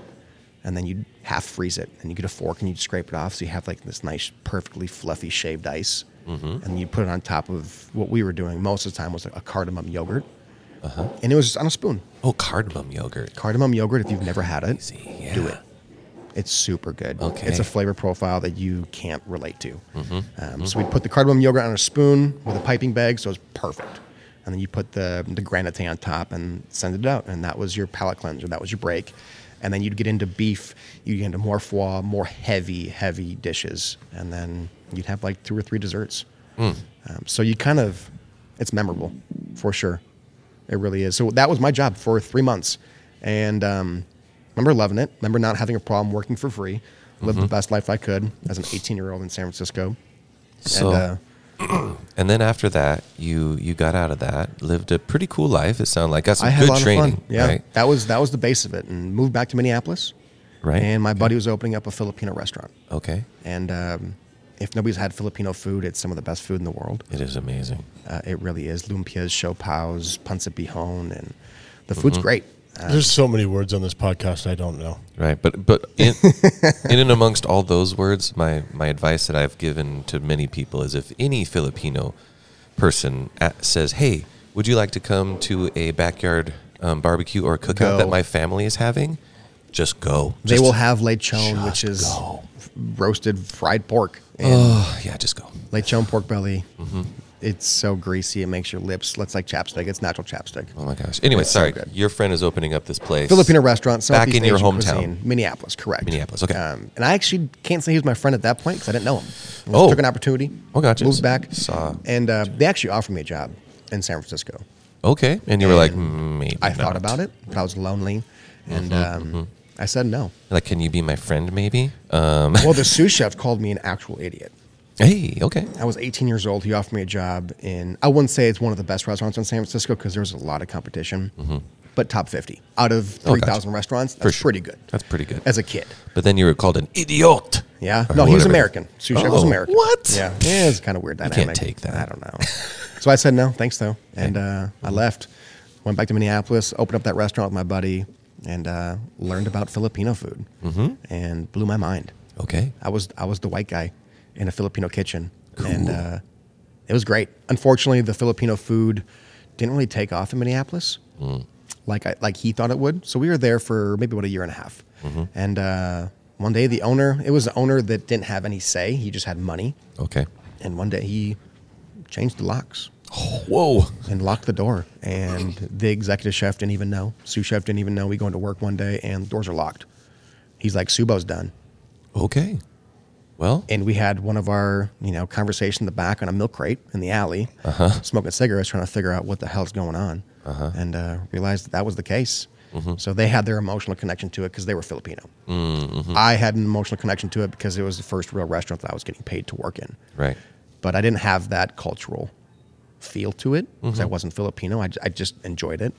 and then you'd half freeze it, and you get a fork and you'd scrape it off, so you have like this nice, perfectly fluffy shaved ice, and you put it on top of what we were doing most of the time was like a cardamom yogurt, and it was just on a spoon. Oh, cardamom yogurt. Cardamom yogurt, if you've never had it, Crazy, yeah. do it. It's super good. Okay. It's a flavor profile that you can't relate to. Um, so we put the cardamom yogurt on a spoon with a piping bag, so it's perfect. And then you put the the granite on top and send it out, and that was your palate cleanser. That was your break. And then you'd get into beef. You'd get into more foie, more heavy, heavy dishes, and then you'd have like two or three desserts. Um, so you kind of, it's memorable for sure. It really is. So that was my job for three months. And um, remember loving it. Remember not having a problem working for free. Lived Mm-hmm. the best life I could as an 18 year old in San Francisco. So, and and, uh, then after that, you you got out of that, lived a pretty cool life. It sounded like got some I had a good lot training, of fun. Yeah. right? That was that was the base of it. And moved back to Minneapolis. Right. And my buddy was opening up a Filipino restaurant. Okay, And um, if nobody's had Filipino food, it's some of the best food in the world. it is amazing. Uh, it really is. Lumpias, Chopaos, Pancit Bihon, and the Mm-hmm. food's great. Uh, There's so many words on this podcast I don't know. Right, but but in, in and amongst all those words, my my advice that I've given to many people is if any Filipino person at, says, "Hey, would you like to come to a backyard um, barbecue or a cookout Go. that my family is having?" Just go. they Just- will have lechon, just which is go. roasted fried pork. And Oh yeah, just go. Lechon pork belly. Mm-hmm. It's so greasy. It makes your lips. Let's like chapstick. It's natural chapstick. Oh my gosh. Anyway, It's so sorry. good. Your friend is opening up this place. Filipino restaurant. Back Southeast in your Asian hometown. cuisine, Minneapolis, correct. Minneapolis, okay. Um, and I actually can't say he was my friend at that point because I didn't know him. I just Oh. Took an opportunity. Oh, gotcha. Moved back. Saw- And uh, they actually offered me a job in San Francisco. Okay, and you were like, "Mm, And maybe. I thought not." Mm-hmm, about it, but I was lonely. And um, I said no. Like, can you be my friend? Maybe. Um, Well, the sous chef called me an actual idiot. hey, okay. I was 18 years old. He offered me a job in, I wouldn't say it's one of the best restaurants in San Francisco because there was a lot of competition, but top 50 out of Oh, gotcha. 3,000 restaurants. Mm-hmm. For That's sure. pretty good. That's pretty good. As a kid. But then you were called an idiot. Yeah. Or no, he was whatever. American. Sous chef was Oh, American. What? Yeah. Yeah, it's kind of weird dynamic. can't take that. I don't know. so I said no, thanks though. And uh, I left, went back to Minneapolis, opened up that restaurant with my buddy, and uh, learned about Filipino food Mm-hmm. and blew my mind. Okay. I was I was the white guy in a Filipino kitchen, and uh, it was great. Unfortunately, the Filipino food didn't really take off in Minneapolis like I, like he thought it would. So we were there for maybe about a year and a half, and uh, one day the owner it was the owner that didn't have any say. He just had money, Okay. and one day he changed the locks Whoa. and locked the door, and the executive chef didn't even know. Sous chef didn't even know. We go into work one day and the doors are locked. He's like, "Subo's done." Okay. Well, and we had one of our you know conversation in the back on a milk crate in the alley, smoking cigarettes, trying to figure out what the hell's going on, and uh, realized that, that was the case. So they had their emotional connection to it because they were Filipino. I had an emotional connection to it because it was the first real restaurant that I was getting paid to work in, right. but I didn't have that cultural feel to it because I wasn't Filipino. I, I just enjoyed it,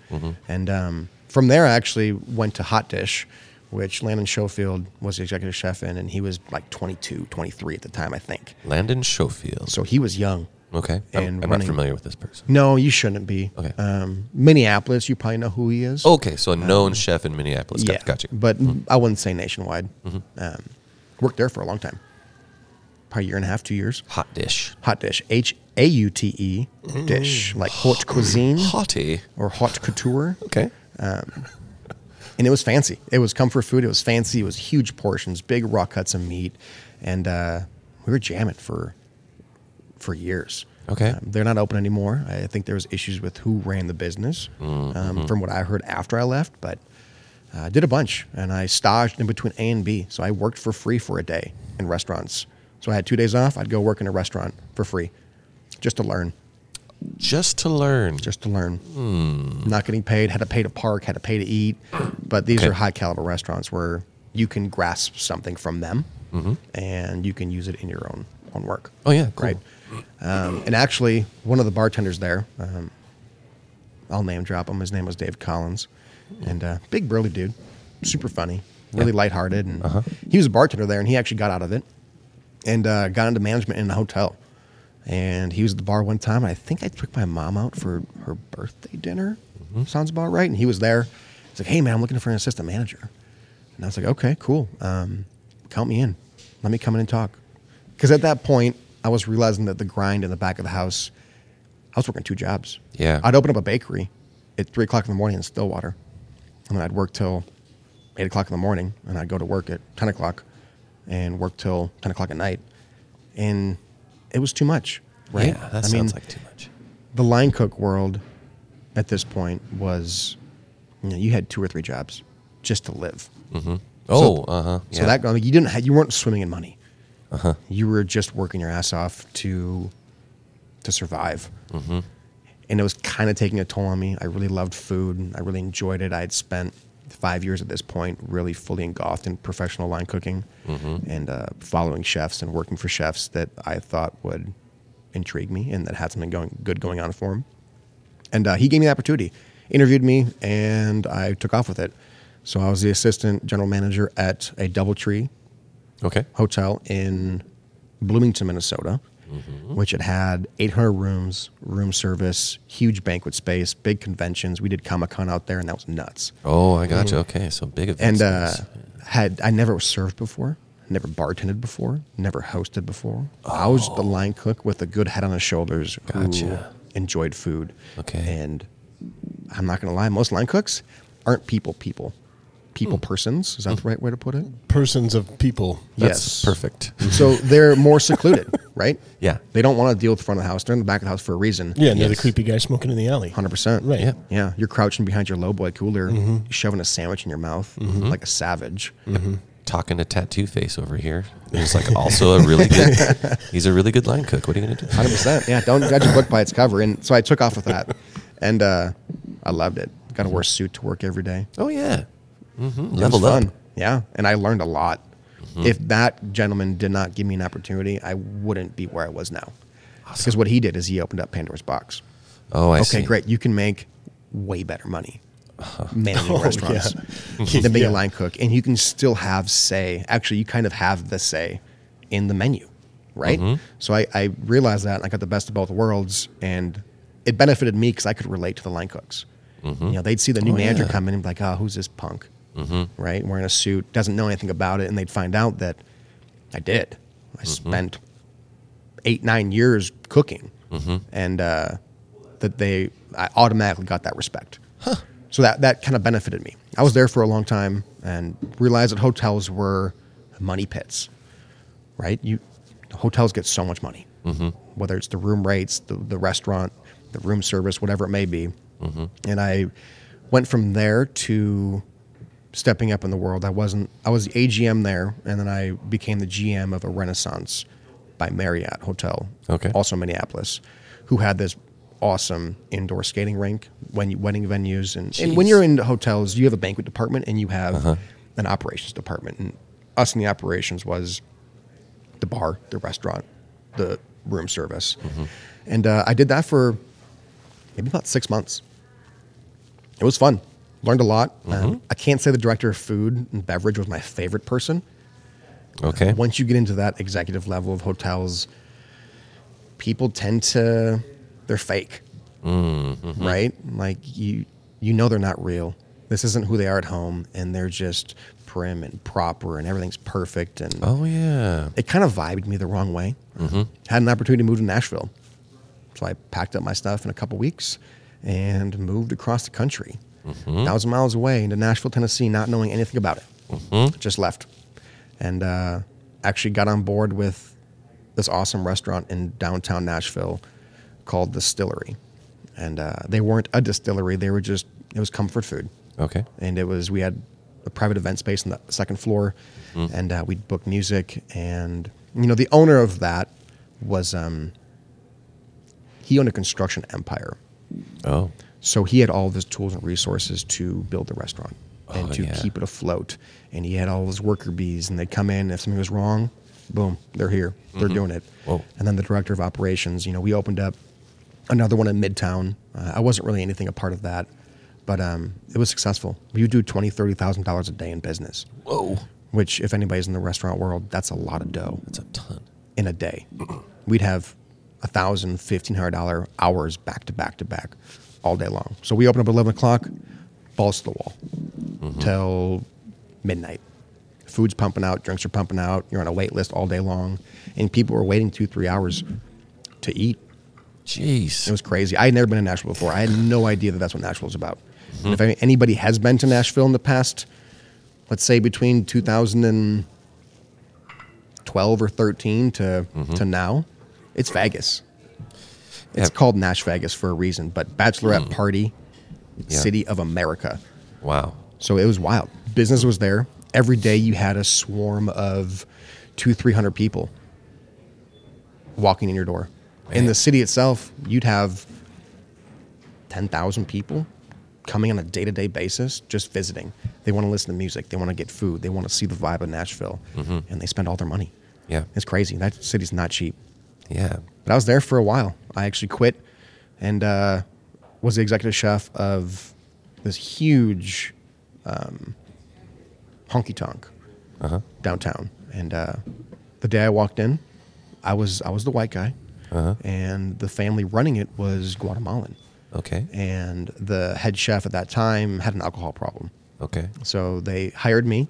and um, from there I actually went to Hot Dish, which Landon Schofield was the executive chef in, and he was like 22, 23 at the time, I think. Landon Schofield. So he was young. Okay. I'm, and I'm not running- familiar with this person. No, you shouldn't be. Okay. Oh, Um, Minneapolis, you probably know who he is. Okay. So a known chef in Minneapolis. Got, got you. Um, But I wouldn't say nationwide. Um, worked there for a long time, probably a year and a half, two years. Hot dish. Hot dish, H A U T E dish, like haute cuisine Hottie. or haute couture. Okay. and it was fancy. It was comfort food. It was fancy. It was huge portions, big raw cuts of meat, and uh, we were jamming for for years. Okay. Um, they're not open anymore. I think there was issues with who ran the business, um, from what I heard after I left. But uh, I did a bunch, and I staged in between A and B. So I worked for free for a day in restaurants. So I had two days off. I'd go work in a restaurant for free, just to learn Just to learn. just to learn. Hmm. Not getting paid, had to pay to park, had to pay to eat. But these Okay. are high caliber restaurants where you can grasp something from them and you can use it in your own own work. Mm-hmm. Oh, yeah, cool. Right. Um, and actually, one of the bartenders there, um, I'll name drop him. His name was Dave Collins, and uh, big burly dude, super funny, really lighthearted, and Uh-huh. he was a bartender there, and he actually got out of it and uh, got into management in a hotel, And he was at the bar one time. And I think I took my mom out for her birthday dinner. Sounds about right. And he was there. He's like, hey, man, I'm looking for an assistant manager. And I was like, okay, cool. Um, count me in. Let me come in and talk. Because at that point, I was realizing that the grind in the back of the house, I was working two jobs. Yeah. I'd open up a bakery at three o'clock in the morning in Stillwater. And then I'd work till eight o'clock in the morning. And I'd go to work at 10 o'clock and work till 10 o'clock at night. And it was too much, right? Yeah, that I sounds mean, like too much. the line cook world at this point was, you know, you had two or three jobs just to live. Oh, uh huh. So that I mean, you didn't have, you weren't swimming in money. You were just working your ass off to to survive. And it was kind of taking a toll on me. I really loved food. I really enjoyed it. I had spent five years at this point really fully engulfed in professional line cooking and uh, following chefs and working for chefs that I thought would intrigue me and that had something going good going on for them. And uh, he gave me the opportunity, interviewed me, and I took off with it. So I was the assistant general manager at a DoubleTree okay. hotel in Bloomington, Minnesota, which it had 800 rooms, room service, huge banquet space, big conventions. We did Comic Con out there, and that was nuts. Oh, I got you. Okay, so big events. And uh, had I never was served before, never bartended before, never hosted before. I was the line cook with a good head on his shoulders Oh. Gotcha. who enjoyed food. Okay. And I'm not going to lie, most line cooks aren't people people. Hmm. People persons, is that the right way to put it? Persons of people. That's perfect. So they're more secluded, right? Yeah. They don't want to deal with the front of the house. They're in the back of the house for a reason. Yeah, and they're Yes. the creepy guy smoking in the alley. 100%. Right. Yeah. Mm-hmm. Yeah. You're crouching behind your lowboy cooler, shoving a sandwich in your mouth like a savage. Talking to Tattoo Face over here. He's like also a really good. He's a really good line cook. What are you gonna do? Hundred percent. Yeah, don't judge a book by its cover. And so I took off with that, and uh, I loved it. Got to wear a suit to work every day. Oh yeah. Mm-hmm. It was Leveled fun. up. Mm-hmm. Yeah, and I learned a lot. If that gentleman did not give me an opportunity, I wouldn't be where I was now. Because what he did is he opened up Pandora's box. Oh, I see. okay, great. You can make way better money managing Oh, restaurants yeah. than being Yeah. a line cook, and you can still have say. Actually, you kind of have the say in the menu, right? Mm-hmm. So I, I realized that, and I got the best of both worlds, and it benefited me because I could relate to the line cooks. You know, they'd see the new Oh, manager yeah. Mm-hmm. come in and be like, "Oh, who's this punk?" Right, wearing a suit, doesn't know anything about it, and they'd find out that I did. I Mm-hmm. spent eight nine years cooking, and uh, that they I automatically got that respect. So that that kind of benefited me. I was there for a long time and realized that hotels were money pits, right? You hotels get so much money, whether it's the room rates, the, the restaurant, the room service, whatever it may be. And I went from there to stepping up in the world. I wasn't. I was the AGM there, and then I became the GM of a Renaissance by Marriott Hotel, Okay. also in Minneapolis, who had this awesome indoor skating rink, when wedding venues, and, and when Jeez. you're in hotels, you have a banquet department and you have an operations department. And us in the operations was the bar, the restaurant, the room service, and uh, I did that for maybe about six months. It was fun. Learned a lot. Um, I can't say the director of food and beverage was my favorite person. Okay. Once you get into that executive level of hotels, people tend to they're fake, right? Like you you know they're not real. This isn't who they are at home, and they're just prim and proper, and everything's perfect. And Oh yeah. it kind of vibed me the wrong way. Had an opportunity to move to Nashville. So I packed up my stuff in a couple weeks and moved across the country, thousand miles away into Nashville, Tennessee, not knowing anything about it. Just left. And uh, actually got on board with this awesome restaurant in downtown Nashville called Distillery. And uh, they weren't a distillery, they were just, it was comfort food Okay. and it was we had a private event space on the second floor, and uh, we booked music. And you know, the owner of that was um, he owned a construction empire, Oh. so he had all of his tools and resources to build the restaurant and Oh, to yeah. keep it afloat. And he had all his worker bees, and they'd come in. If something was wrong, boom, they're here. They're doing it. Mm-hmm. Whoa. And then the director of operations, you know, we opened up another one in Midtown. Uh, I wasn't really anything a part of that, but um, it was successful. You do twenty, thirty thousand dollars a day in business, Whoa. which, if anybody's in the restaurant world, that's a lot of dough That's a ton. in a day. We'd have a thousand, fifteen hundred dollar hours back to back to back all day long. So we open up at eleven o'clock, balls to the wall till midnight. Food's pumping out, drinks are pumping out. You're on a wait list all day long, and people were waiting two, three hours to eat. It Jeez. was crazy. I had never been to Nashville before. I had no idea that that's what Nashville's about. And if any- anybody has been to Nashville in the past, let's say between 2012 or 13 to to now, it's Vegas. It's Yeah. called Nash Vegas for a reason. But bachelorette party, Yeah. city of America. Wow. So it was wild. Business was there every day. You had a swarm of two, three hundred people walking in your door. In Man. the city itself, you'd have ten thousand people coming on a day-to-day basis, just visiting. They want to listen to music. They want to get food. They want to see the vibe of Nashville, and they spend all their money. Mm-hmm. Yeah. It's crazy. That city's not cheap. Yeah. But I was there for a while. I actually quit and uh, was the executive chef of this huge um, honky tonk downtown. And uh, the day I walked in, I was I was the white guy, and the family running it was Guatemalan. Okay. And the head chef at that time had an alcohol problem. Okay. So they hired me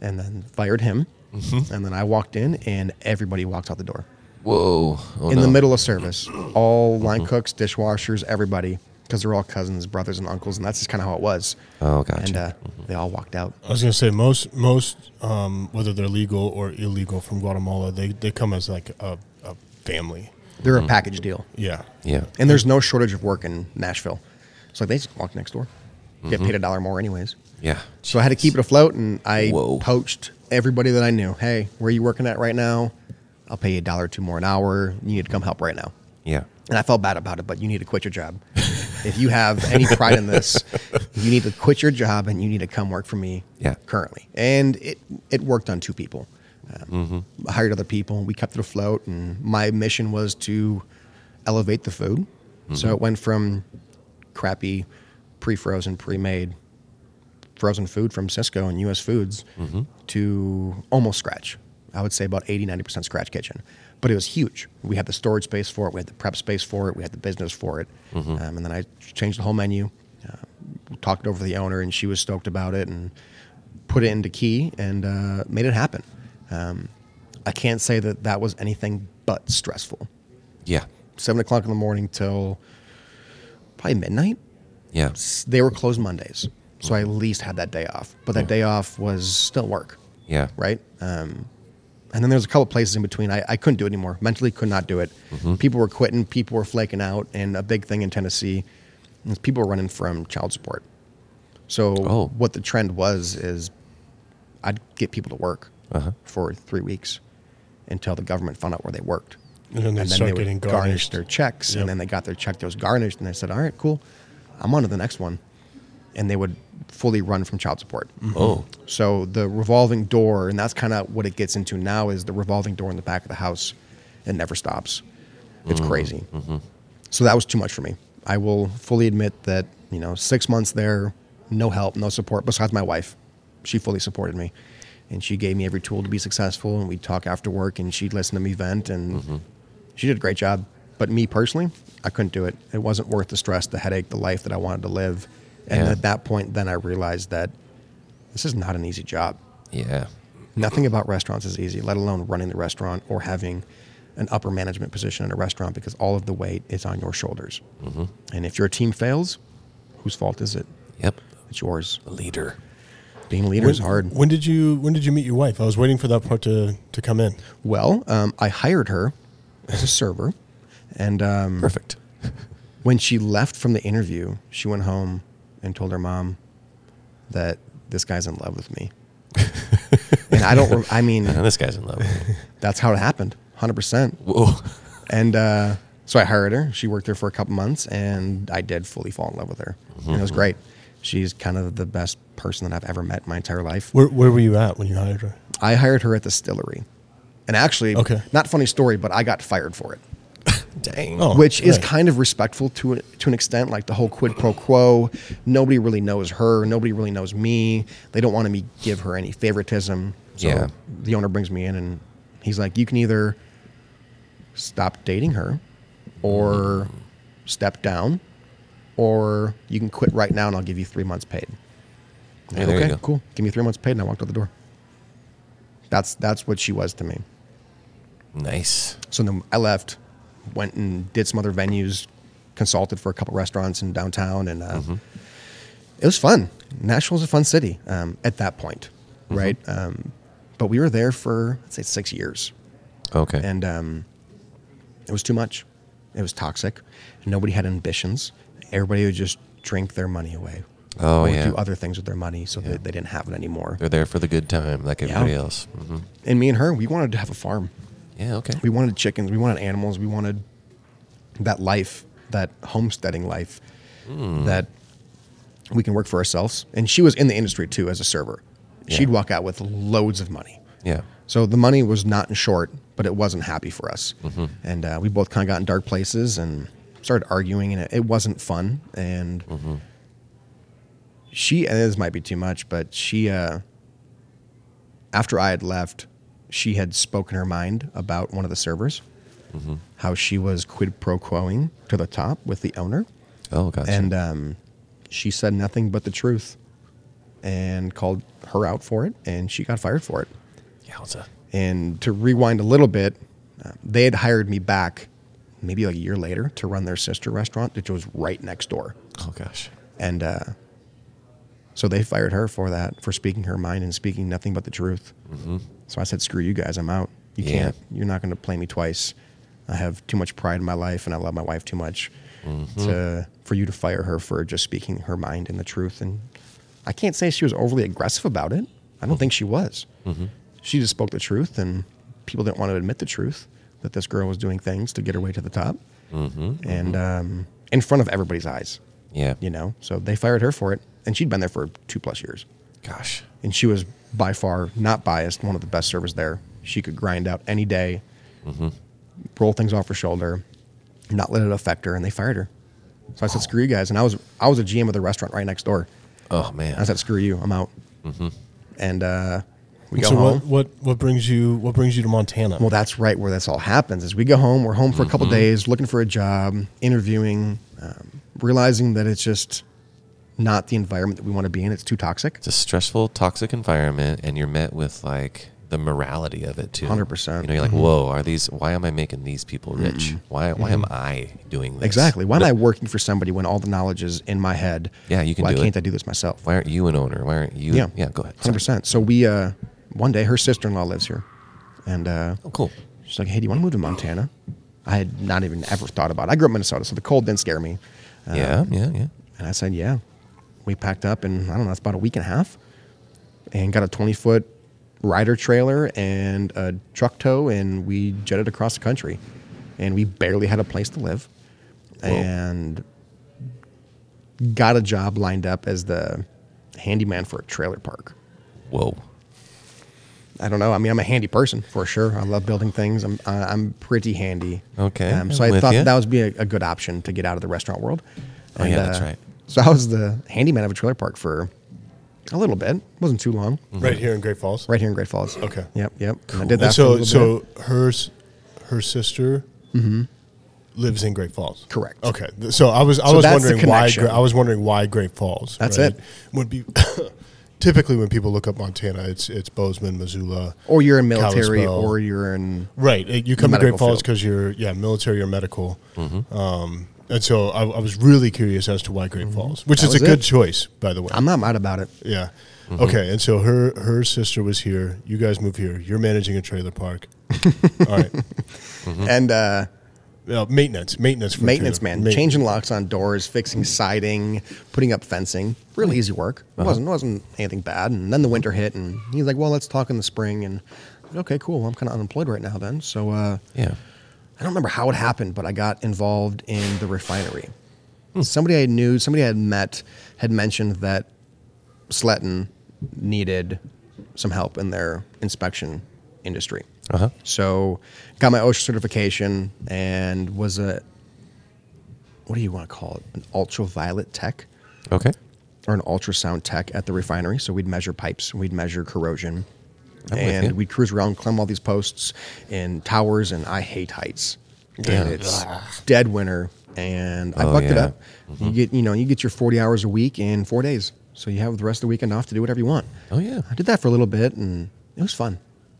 and then fired him. And then I walked in, and everybody walked out the door Whoa. Oh, in no. the middle of service. All Mm-hmm. line cooks, dishwashers, everybody, because they're all cousins, brothers, and uncles, and that's just kind of how it was. Oh, gotcha. And uh, they all walked out. I was gonna say most most um, whether they're legal or illegal from Guatemala, they they come as like a, a family. They're Mm-hmm. a package deal, Yeah. Yeah. and there's no shortage of work in Nashville. So they just walk next door, get Mm-hmm. paid a dollar more, anyways. Yeah. So I had to keep it afloat, and I Whoa. poached everybody that I knew. Hey, where are you working at right now? I'll pay you a dollar or two more an hour. You need to come help right now. Yeah. and I felt bad about it, but you need to quit your job. if you have any pride in this, you need to quit your job and you need to come work for me Yeah. currently. And it, it worked on two people. Um, I Hired other people. We kept it afloat. And my mission was to elevate the food. So it went from crappy, pre frozen, pre made frozen food from Cisco and US Foods to almost scratch. I would say about 80, 90% scratch kitchen. But it was huge. We had the storage space for it, we had the prep space for it, we had the business for it. Um, and then I changed the whole menu, uh, talked over the owner, and she was stoked about it and put it into key and uh, made it happen. Um, I can't say that that was anything but stressful. Yeah. Seven o'clock in the morning till probably midnight Yeah. s- they were closed Mondays, so I at least had that day off. But that Hmm. day off was still work, Yeah. right? Um, and then there's a couple places in between. I, I couldn't do it anymore. Mentally, could not do it. Mm-hmm. People were quitting. People were flaking out. And a big thing in Tennessee is people were running from child support. So Oh. what the trend was is I'd get people to work Uh-huh. for three weeks until the government found out where they worked. And then they start getting garnished. their checks. Yep. And then they got their check that was garnished. And they said, all right, cool. I'm on to the next one. And they would fully run from child support. Mm-hmm. Oh. So the revolving door, and that's kind of what it gets into now, is the revolving door in the back of the house. It never stops. It's Mm-hmm. crazy. So that was too much for me. I will fully admit that you know six months there, no help, no support besides my wife. She fully supported me, and she gave me every tool to be successful. And we'd talk after work, and she'd listen to me vent, and she did a great job. But me personally, I couldn't do it. It wasn't worth the stress, the headache, the life that I wanted to live. And Yeah. at that point, then I realized that this is not an easy job. Yeah. Nothing about restaurants is easy, let alone running the restaurant or having an upper management position in a restaurant because all of the weight is on your shoulders. And if your team fails, whose fault is it? Yep. It's yours. Leader. Being a leader is hard. When did you when did you meet your wife? I was waiting for that part to to come in. Well, um, I hired her as a server. And um, Perfect. when she left from the interview, she went home and told her mom that this guy's in love with me. and I don't, rem- I mean, And this guy's in love. with me. that's how it happened 100%. Whoa. And uh, so I hired her. She worked there for a couple months, and I did fully fall in love with her. And it was great. She's kind of the best person that I've ever met in my entire life. Where where were you at when you hired her? I hired her at the distillery. And actually, Okay. not funny story, but I got fired for it, Dang. Oh. which is right. kind of respectful to to an extent. Like the whole quid pro quo, nobody really knows her, nobody really knows me. They don't want me give her any favoritism. So Yeah. the owner brings me in, and he's like, "You can either stop dating her or step down, or you can quit right now and I'll give you three months paid. I'm Yeah, like, there you okay, go. cool. Give me three months paid, and I walked out the door. That's that's what she was to me. Nice. So then I left, went and did some other venues, consulted for a couple restaurants in downtown, and uh, Mm-hmm. it was fun. Nashville's a fun city um, at that point, Mm-hmm. right? Um, but we were there for let's say six years, Okay. and um, it was too much. It was toxic. Nobody had ambitions. Everybody would just drink their money away. Oh, or yeah. do other things with their money, so that they didn't have it anymore. They're there for the good time, like everybody else. hmm And me and her, we wanted to have a farm. Yeah. Okay. We wanted chickens. We wanted animals. We wanted that life, that homesteading life, that we can work for ourselves. And she was in the industry too as a server. She'd walk out with loads of money. Yeah. So the money was not in short, but it wasn't happy for us. And uh, we both kind of got in dark places and started arguing, and it, it wasn't fun. And she, and this might be too much, but she, uh, after I had left, she had spoken her mind about one of the servers, how she was quid pro quoing to the top with the owner. Oh, gotcha. And um, she said nothing but the truth and called her out for it, and she got fired for it. Yowza. And to rewind a little bit, uh, they had hired me back maybe like a year later to run their sister restaurant, which was right next door. Oh gosh. And uh, so they fired her for that, for speaking her mind and speaking nothing but the truth. So I said, screw you guys, I'm out. You Yeah. can't, you're not going to play me twice. I have too much pride in my life and I love my wife too much to, for you to fire her for just speaking her mind and the truth. And I can't say she was overly aggressive about it. I don't think she was. She just spoke the truth, and people didn't want to admit the truth that this girl was doing things to get her way to the top and um, in front of everybody's eyes Yeah. you know. So they fired her for it, and she'd been there for two plus years, Gosh. and she was by far not biased, one of the best servers there. She could grind out any day, roll things off her shoulder, not let it affect her, and they fired her. So I said, "Screw you guys!" And I was I was a GM of the restaurant right next door. Oh man. I said, "Screw you, I'm out." And uh, we go so home. what, what what brings you what brings you to Montana? Well, that's right where this all happens. Is we go home, we're home for a couple Mm-hmm. days, looking for a job, interviewing, um, realizing that it's just not the environment that we want to be in. It's too toxic. it's a stressful, toxic environment, and you're met with like the morality of it too. 100%. You know, you're like, whoa, are these? Why am I making these people rich? Why? Why am I doing this? Mm-hmm. Exactly. Why am No- I working for somebody when all the knowledge is in my head? Yeah, you can Why do it. can't I do this myself? Why aren't you an owner? Why aren't you? Yeah. Yeah. Go ahead. Hundred Sorry. percent. So we, uh, one day, her sister in law lives here, and uh, Oh, cool. she's like, "Hey, do you want to move to Montana?" I had not even ever thought about. it. I grew up in Minnesota, so the cold didn't scare me. Um, yeah. Yeah. Yeah. And I said, yeah. We packed up and I don't know, it's about a week and a half and got a 20 foot rider trailer and a truck tow and we jetted across the country and we barely had a place to live and got a job lined up as the handyman for a trailer park. Whoa. I don't know. I mean, I'm a handy person for sure. I love building things. I'm I- I'm pretty handy. Okay, Um, so I'm I with thought ya. that would be a, a good option to get out of the restaurant world. uh, Oh, yeah, that's right. So I was the handyman of a trailer park for a little bit. wasn't too long. Mm. right here in Great Falls. Right here in Great Falls. Okay. Yep. Yep. And I And did that. for a so little bit. Mm-hmm. so her s- her sister lives in Great Falls. Correct. Okay. Th- So I was I So was that's the wondering why connection. Gra- I was wondering why Great Falls. That's right? it. Would be typically when people look up Montana, it's it's Bozeman, Missoula, or you're in military, Kalispell. or you're in Right. It- You come to medical Great Falls field. because you're yeah military or medical. Um, and so I, I was really curious as to why Great Falls, which Mm-hmm. That is a was good it. choice, by the way. I'm not mad about it. yeah. Mm-hmm. Okay. And so her her sister was here. You guys move here. You're managing a trailer park. All right. Mm-hmm. And uh, Uh, maintenance, maintenance, for maintenance trailer- man, ma- changing locks on doors, fixing siding, putting up fencing. Really easy work. It wasn't wasn't anything bad. And then the winter hit, and he's like, "Well, let's talk in the spring." And I said, okay, cool. I'm kind of unemployed right now. Then, so uh, Yeah. I don't remember how it happened, but I got involved in the refinery. Somebody I knew, somebody I had met, had mentioned that Sletton needed some help in their inspection industry. Uh huh. So, got my OSHA certification and was a what do you want to call it? An ultraviolet tech Okay. or an ultrasound tech at the refinery. So we'd measure pipes, we'd measure corrosion, I'm with and you. we'd cruise around, climb all these posts and towers. And I hate heights. and it's dead winter. And I Oh, bucked it yeah. up. You get you know you get your forty hours a week in four days, so you have the rest of the weekend off to do whatever you want. Oh, yeah. I did that for a little bit, and it was fun.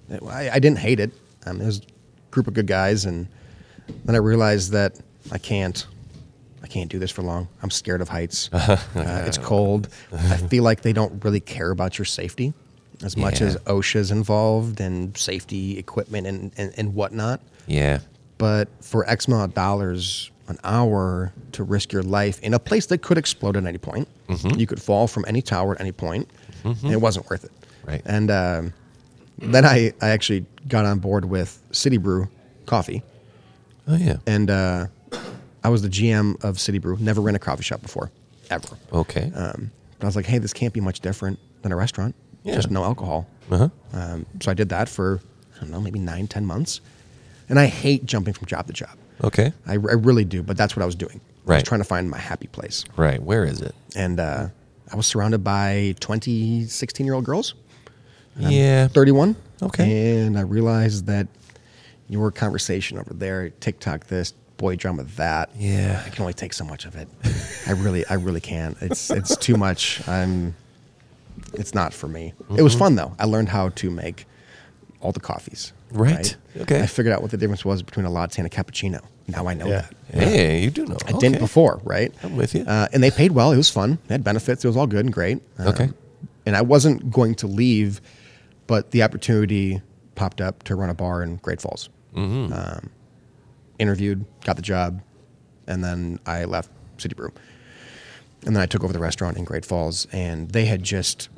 It- I, I didn't hate it. Um, it was a group of good guys, and then I realized that I can't. I can't do this for long. I'm scared of heights. Uh, it's cold. I feel like they don't really care about your safety as much Yeah. as OSHA's involved and safety equipment and, and, and whatnot Yeah. but for X amount of dollars an hour to risk your life in a place that could explode at any point, Mm-hmm. you could fall from any tower at any point, and it wasn't worth it. Right. And um, then I, I actually got on board with City Brew Coffee, Oh yeah. and uh, I was the GM of City Brew. Never ran a coffee shop before, ever. Okay. Um, but I was like, hey, this can't be much different than a restaurant. Yeah. Just no alcohol. Uh-huh. Um, so I did that for, I don't know, maybe nine, ten months. And I hate jumping from job to job. okay. I, I really do, but that's what I was doing. I was Right. trying to find my happy place. Right. Where is it? And uh, I was surrounded by 20, 16 year old girls. Um, yeah. 31. Okay. And I realized that your conversation over there, TikTok this, boy drama that. Yeah. I can only take so much of it. I really, I really can't. It's it's too much. I'm it's not for me. It Mm-hmm. was fun though. I learned how to make all the coffees. Right. Okay. I figured out what the difference was between a latte and a cappuccino. Now I know Yeah. that. Hey, you do know. I didn't before, right? I'm with you. Uh, and they paid well. It was fun. They had benefits. It was all good and great. Um, Okay. And I wasn't going to leave, but the opportunity popped up to run a bar in Great Falls. Um, Mm-hmm. interviewed, got the job, and then I left City Brew. And then I took over the restaurant in Great Falls, and they had just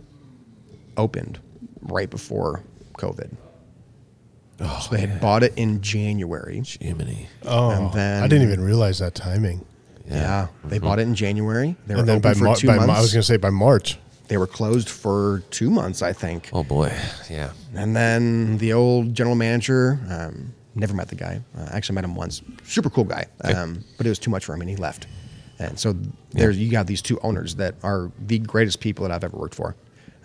opened right before COVID. Oh, so they had bought it in January. Jiminy. Oh, And then- I didn't even realize that timing. Yeah, they bought it in January. They Mm-hmm. were And then open by, for Mar- two by months. Mar- I was going to say by March. they were closed for two months, I think. Oh boy. Yeah. And then the old general manager, um, never met the guy. Uh, actually met him once. Super cool guy, um, but it was too much for him, and he left. And so there you got these two owners that are the greatest people that I've ever worked for,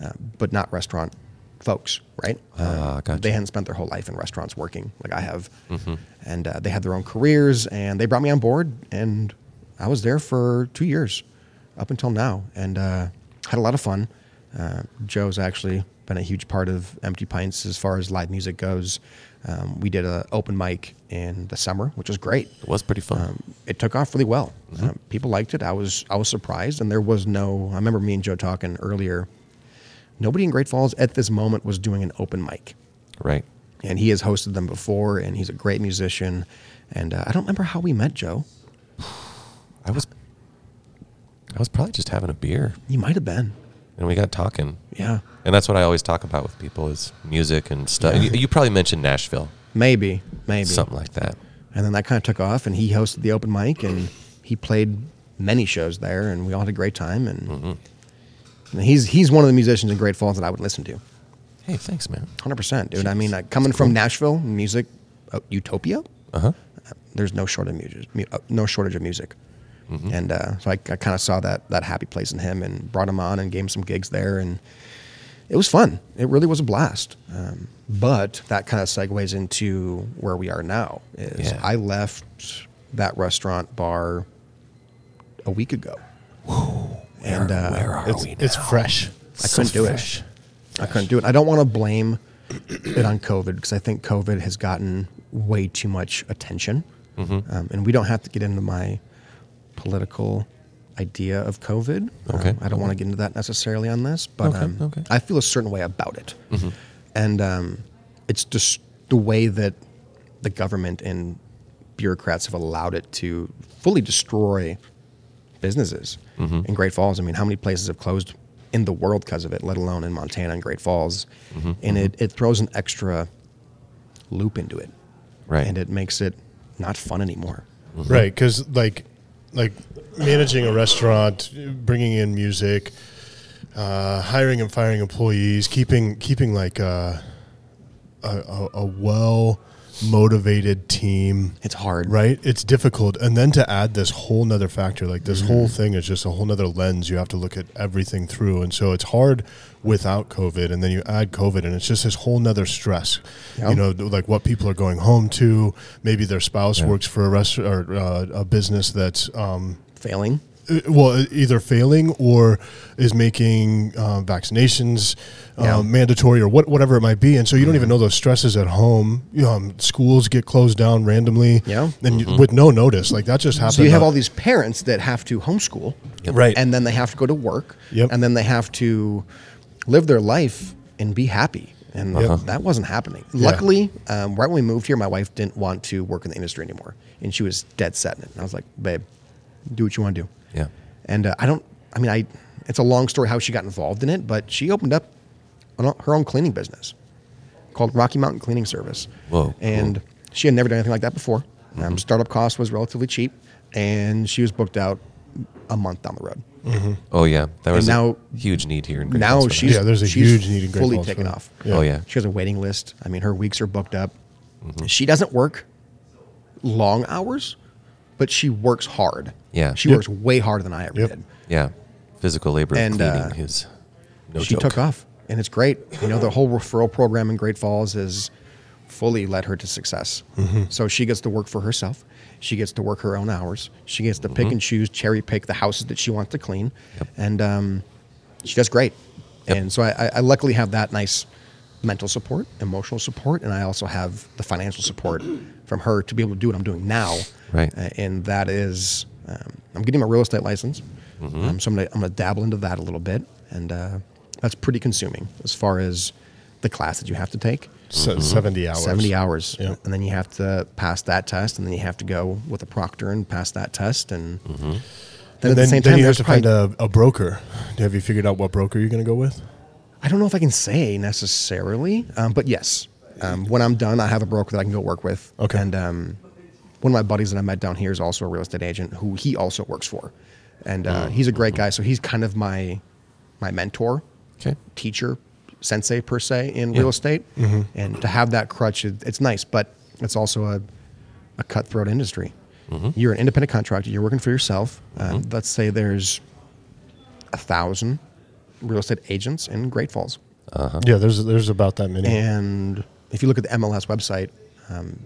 uh, but not restaurant folks, right? Uh, Ah, gotcha. They hadn't spent their whole life in restaurants working like I have, and uh, they had their own careers. And they brought me on board, and I was there for two years, up until now, and uh, had a lot of fun. Uh, Joe's actually been a huge part of Empty Pints as far as live music goes. Um, we did an open mic in the summer, which was great. It was pretty fun. Um, it took off really well. Um, people liked it. I was I was surprised, and there was no. I remember me and Joe talking earlier. Nobody in Great Falls at this moment was doing an open mic right. and he has hosted them before and he's a great musician and uh, i don't remember how we met joe I was I was probably just having a beer you might have been and we got talking. yeah And that's what I always talk about with people is music and stuff. You, you probably mentioned Nashville, maybe maybe something like that. and then that kind of took off and he hosted the open mic and he played many shows there and we all had a great time and, and he's he's one of the musicians in great falls that i would listen to Hey, thanks, man. 100% dude i mean uh, coming from nashville music uh, utopia Uh-huh. there's no shortage of music, mu- uh, no shortage of music. Mm-hmm. And uh, so I, I kind of saw that that happy place in him and brought him on and gave him some gigs there, and it was fun. It really was a blast. Um, but that kind of segues into where we are now. Is Yeah. I left that restaurant bar a week ago. and uh, Where are It's, we now? it's fresh. I couldn't do fresh. it. I couldn't do it. I don't want to blame it on COVID because I think COVID has gotten way too much attention. Um, and we don't have to get into my political idea of COVID. Um, Okay. I don't want to get into that necessarily on this, but Okay, um, okay. Mm-hmm. I feel a certain way about it. And um, it's just the way that the government and bureaucrats have allowed it to fully destroy businesses Mm-hmm. in Great Falls. I mean, how many places have closed in the world because of it, let alone in Montana and Great Falls? Mm-hmm, And it, it throws an extra loop into it. Right. And it makes it not fun anymore. Right, because like, like managing a restaurant, bringing in music, uh, hiring uh, and firing employees, keeping keeping like a a, a, a well motivated team. It's hard. Right? It's difficult. And then to add this whole nother factor, like this whole thing is just a whole nother lens you have to look at everything through. And so it's hard without COVID. And then you add COVID and it's just this whole nother stress. You know, th- like what people are going home to. Maybe their spouse works for a restaurant or uh, a business that's um, Failing. uh, well, either failing or is making uh, vaccinations um, Yeah. Mm-hmm. mandatory or what, whatever it might be. And so you don't even know those stresses at home. You know, um, schools get closed down randomly Yeah. and you- with no notice. Like that just happens. So you have all these parents that have to homeschool, Right. And then they have to go to work, Yep. And then they have to live their life and be happy. And Yep. that wasn't happening. Luckily, um, right when we moved here, my wife didn't want to work in the industry anymore, and she was dead set in it. And I was like, "Babe, do what you want to do." Yeah. And uh, I don't. I mean, I. It's a long story how she got involved in it, but she opened up on her own cleaning business called Rocky Mountain Cleaning Service. Whoa, And she had never done anything like that before. Mm-hmm. Um, startup cost was relatively cheap, and she was booked out a month down the road. Oh yeah, that was now- a huge need here in Great Now Falls for she's Yeah, there's a she's huge need in Great fully Falls for taken that. off. Yeah. Oh, yeah. she has a waiting list. I mean, her weeks are booked up. Mm-hmm. She doesn't work long hours, but she works hard. Yeah. she Yep. works way harder than I ever Yep. did. that. yeah, physical labor and And, cleaning uh, is no she joke. took off and it's great you know the whole referral program in great falls has fully led her to success Mm-hmm. so she gets to work for herself she gets to work her own hours she gets to pick Mm-hmm. and choose cherry pick the houses that she wants to clean and um, she does great Yep. and so I, I- I luckily have that nice mental support emotional support and i also have the financial support from her to be able to do what i'm doing now Right. Uh, and that is um, I'm getting my real estate license. Mm-hmm. Um, so I'm gonna, I'm gonna dabble into that a little bit, and uh, that's pretty consuming as far as the class that you have to take. se- 70 hours. 70 hours Oh, Yeah. and then you have to pass that test and then you have to go with a proctor and pass that test and then at Mm-hmm. And the then, same then time you have there's to probably, find a, a broker. Have you figured out what broker you're going to go with? I don't know if I can say necessarily um, but yes um, when I'm done I have a broker that I can go work with Okay. and um, one of my buddies that I met down here is also a real estate agent who he also works for and uh, he's a great guy so he's kind of my my mentor Okay. teacher sensei per se in Yeah. real estate and to have that crutch it- it's nice but it's also a, a cutthroat industry you're an independent contractor you're working for yourself um, let's say there's a thousand real estate agents in great falls Yeah, there's there's about that many. and if you look at the mls website um,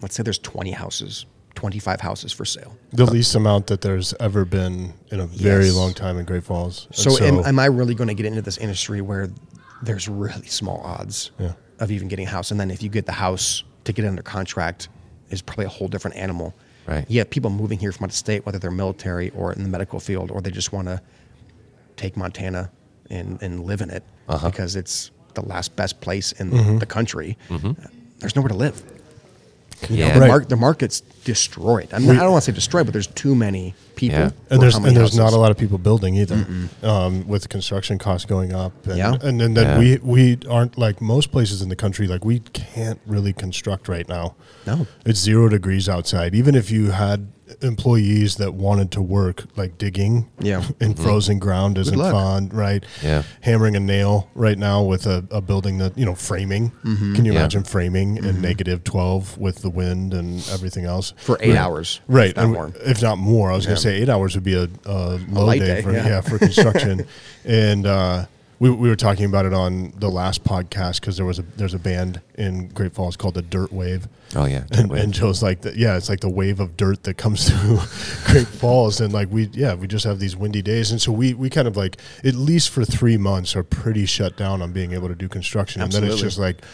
let's say there's 20 houses 25 houses for sale the least amount that there's ever been in a very Yes. long time in Great Falls. And so, am, am I really going to get into this industry where there's really small odds Yeah. of even getting a house? And then if you get the house to get it under contract is probably a whole different animal. Right. Yeah, people moving here from out of state, whether they're military or in the medical field, or they just want to take Montana and, and live in it Uh-huh. because it's the last best place in Mm-hmm. the country. There's nowhere to live. Yeah. The, Right. mar- the market's destroyed. I, mean, I don't want to say destroyed, but there's too many people. Yeah. for and there's how and many there's not houses. a lot of people building either, um, with construction costs going up. And, Yeah. and, and then Yeah. we we aren't like most places in the country. Like we can't really construct right now. No. it's zero degrees outside. Even if you had employees that wanted to work like digging, Yeah. Mm-hmm. in frozen ground isn't luck. fun, right? Yeah. hammering a nail right now with a, a building that you know framing. Mm-hmm. Can you Yeah. imagine framing in negative twelve with the wind and everything else for eight hours. Right, Not and more. if not more, I was going to say eight hours would be a, a low day, light day, for yeah. yeah. for construction. and uh, we we were talking about it on the last podcast because there was a there's a band in Great Falls called the Dirt Wave. Oh yeah. And, Wait. and Joe's like, the, yeah, it's like the wave of dirt that comes through Great Falls, and like we, yeah, we just have these windy days, and so we we kind of like at least for three months are pretty shut down on being able to do construction, and then it's Absolutely. just like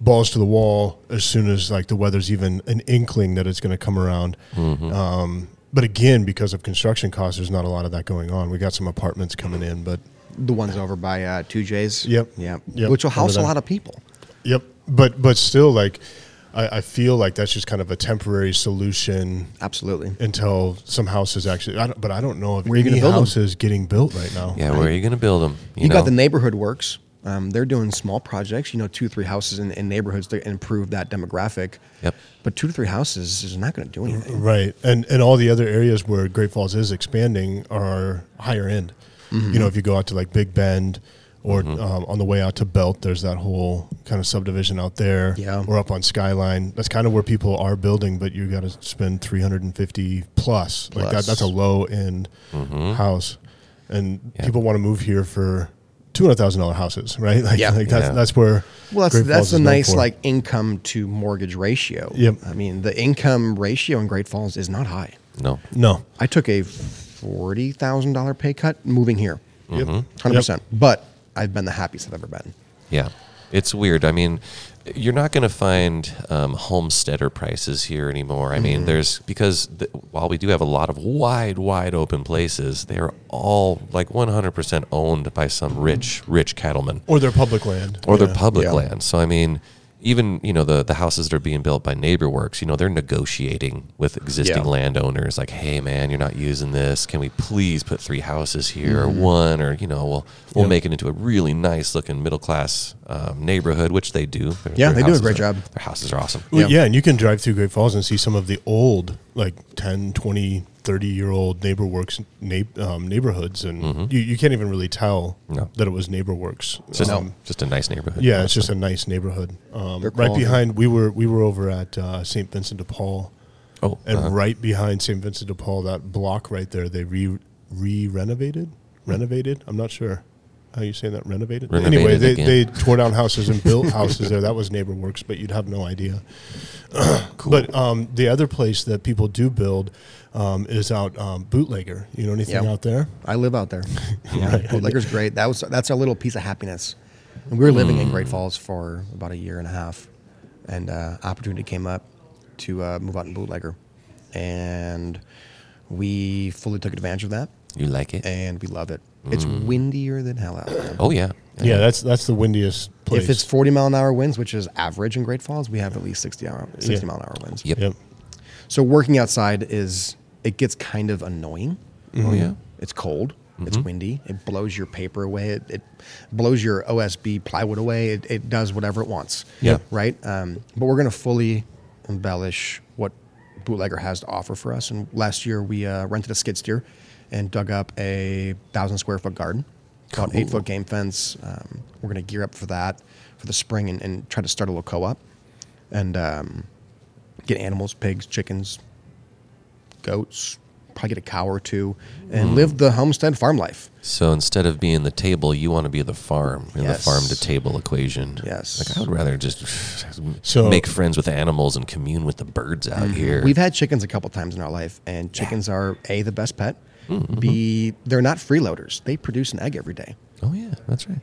balls to the wall as soon as like the weather's even an inkling that it's going to come around. Um, but again, because of construction costs, there's not a lot of that going on. We got some apartments coming in, but The ones over by uh, Two J's. Yep. Yeah. Yep. Which will house Over a there. lot of people. Yep. But but still, like I, I feel like that's just kind of a temporary solution Absolutely. until some houses actually. I don't, but I don't know if you any gonna build 'em? house is getting built right now. yeah. Where are you gonna build them? You, got the neighborhood works. Um, they're doing small projects. You know, two three houses in, in neighborhoods to improve that demographic. Yep. But two to three houses is not going to do anything. Right. And and all the other areas where Mm-hmm. Great Falls is expanding are higher end. You know, if you go out to like Big Bend or um, on the way out to Belt, there's that whole kind of subdivision out there. Yeah. Or up on Skyline. That's kind of where people are building, but you got to spend 350 plus. Like that, Plus. that's a low end Mm-hmm. house. And people want to move here for $200,000 houses, right? Like, Yeah. like that's, Yeah. that's where. Well, that's Great that's Falls a is known nice for. like income to mortgage ratio. Yep. I mean, the income ratio in Great Falls is not high. No. No. I took a forty thousand dollar pay cut moving here, Yep. hundred percent. But I've been the happiest I've ever been. Yeah, it's weird. I mean, you're not going to find um, homesteader prices here anymore. I Mm-hmm. mean, there's because th- while we do have a lot of wide, wide open places, they're all like 100% owned by Mm-hmm. some rich, rich cattleman Or their public land. or their Yeah. public Yeah. land. So I mean, even you know the the houses that are being built by NeighborWorks, you know they're negotiating with existing Yeah. landowners, like, hey man, you're not using this. Can we please put three houses here Mm-hmm. or one or you know we'll we'll make it into a really nice looking middle class um, neighborhood, which they do. Their- Yeah, their they do a houses great are- job. Their houses are awesome. Well, Yeah. yeah. and you can drive through Great Falls and see some of the old, like 10, 20, 30 year old NeighborWorks neigh- um, neighborhoods, and you, you can't even really tell Mm-hmm. No. that it was NeighborWorks. It's just, Um, just a nice neighborhood. yeah, it's just a nice neighborhood. Um, They're right quality. behind, we were we were over at uh, St. Vincent de Paul, oh, and uh, right behind St. Vincent de Paul, that block right there, they re re renovated, renovated. I'm not sure how you say that. Renovated. anyway, Renovated they, again. they tore down houses and built houses there. That was NeighborWorks, but you'd have no idea. cool. But um, the other place that people do build um, is out um, Bootlegger. You know anything Yeah. out there? I live out there. Yeah, Bootlegger's great. That was that's our little piece of happiness. And we were living in Mm. Great Falls for about a year and a half, and uh, opportunity came up to uh, move out in Bootlegger, and we fully took advantage of that, you like it? and we love it. It's Mm. windier than hell out there. oh yeah. Yeah, that's that's the windiest place. If it's 40 mile an hour winds, which is average in Great Falls, we have at least 60 hour, 60 Yeah. mile an hour winds. Yep. yep. So working outside is it gets kind of annoying. Oh yeah. It's cold. Mm-hmm. It's windy. It blows your paper away. It, it blows your OSB plywood away. It, it does whatever it wants. Yeah. Right. Um, but we're going to fully embellish what Bootlegger has to offer for us. And last year we uh, rented a skid steer and dug up a thousand square foot garden, about Cool. eight foot game fence. Um, we're going to gear up for that for the spring and, and try to start a little co op and um, get animals, pigs, chickens, goats, probably get a cow or two, and live the homestead farm life. So instead of being the table, you want to be the farm in the Yes. farm to table equation. Yes. Like I would rather just So- make friends with animals and commune with the birds out here. Mm-hmm. We've had chickens a couple times in our life, and chickens are A, the best pet, B, they're not freeloaders. They produce an egg every day. oh yeah, that's right.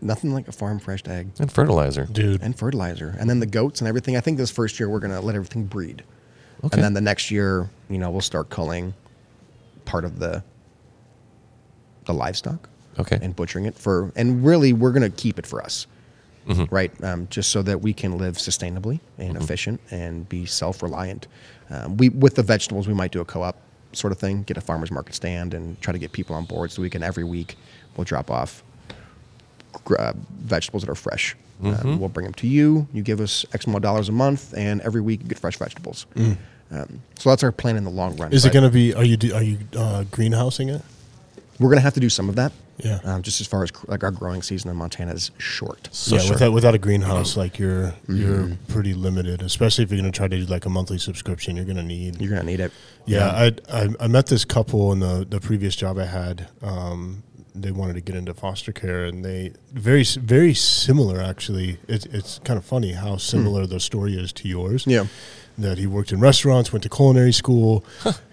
Nothing like a farm fresh egg And fertilizer. Dude, and fertilizer. And then the goats and everything. I think this first year we're going to let everything breed. Okay. And then the next year, you know, we'll start culling part of the the livestock. Okay. and butchering it for and really we're going to keep it for us Mm-hmm. right um, just so that we can live sustainably and efficient and be self-reliant um, we with the vegetables we might do a co-op sort of thing get a farmers market stand and try to get people on board so we can every week we'll drop off gr- uh, vegetables that are fresh um, we'll bring them to you you give us x amount of dollars a month and every week you get fresh vegetables um, so that's our plan in the long run is it but- going to be? Are you do- are you uh, greenhousing it? we're going to have to do some of that. Yeah. Um, just as far as cr- like our growing season in Montana is short. So yeah, sure. without without a greenhouse, like you're you're pretty limited, especially if you're going to try to do like a monthly subscription. You're going to need You're going to need it. Yeah, I, I I met this couple in the the previous job I had. Um, they wanted to get into foster care, and they very s- very similar actually. It's it's kind of funny how similar the story is to yours. Hmm. Yeah. that he worked in restaurants, went to culinary school,